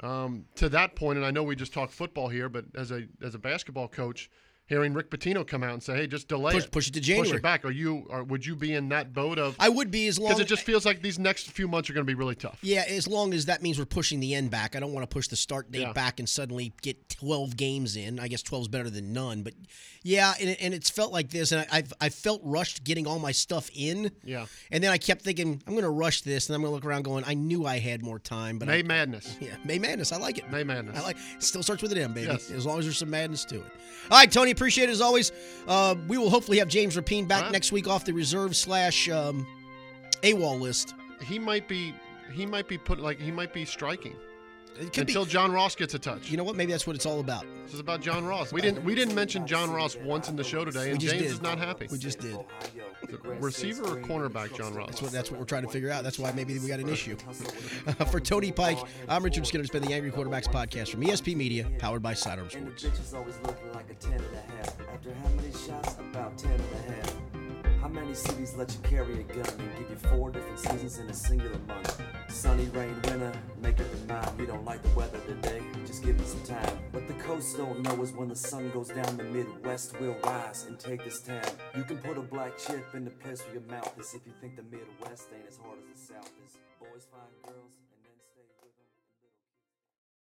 um, to that point, and I know we just talk football here, but as a as a basketball coach, hearing Rick Pitino come out and say, "Hey, just delay Push- it, push it to push January. it back," are you or would you be in that boat of? I would be as long Because it just feels like these next few months are going to be really tough. Yeah, as long as that means we're pushing the end back. I don't want to push the start date Yeah. back and suddenly get 12 games in. I guess 12 is better than none, but yeah, and, it- and it's felt like this, and I, I've I felt rushed getting all my stuff in. Yeah. and then I kept thinking I'm going to rush this, and I'm going to look around going, I knew I had more time, but I- May Madness. yeah, May Madness, I like it. May Madness. I like. Still starts with an M, baby. Yes. As long as there's some madness to it. All right, Tony. Appreciate it as always. Uh, we will hopefully have James Rapine back All right. next week off the reserve slash um, AWOL list. He might be he might be put like he might be striking It could until be. John Ross gets a touch. You know what? Maybe that's what it's all about. this is about John Ross. We didn't we didn't mention John Ross once in the show today, We and just James did. is not happy. We just did. receiver or cornerback John Ross. That's what, that's what we're trying to figure out. That's why maybe we got an issue. For Tony Pike, I'm Richard Skinner. It's been the Angry Quarterbacks podcast from ESP Media, powered by Sidearm And the Sports. bitches always looking like a ten and a half. After how many shots? About ten and a half. How many cities let you carry a gun and give you four different seasons in a singular month? Sunny, rain, winter, make up your mind. You don't like the weather today, just give me some time. What the coast don't know is when the sun goes down, the Midwest will rise and take this town. You can put a black chip in the place where your mouth is if you think the Midwest ain't as hard as the South is. Boys find girls.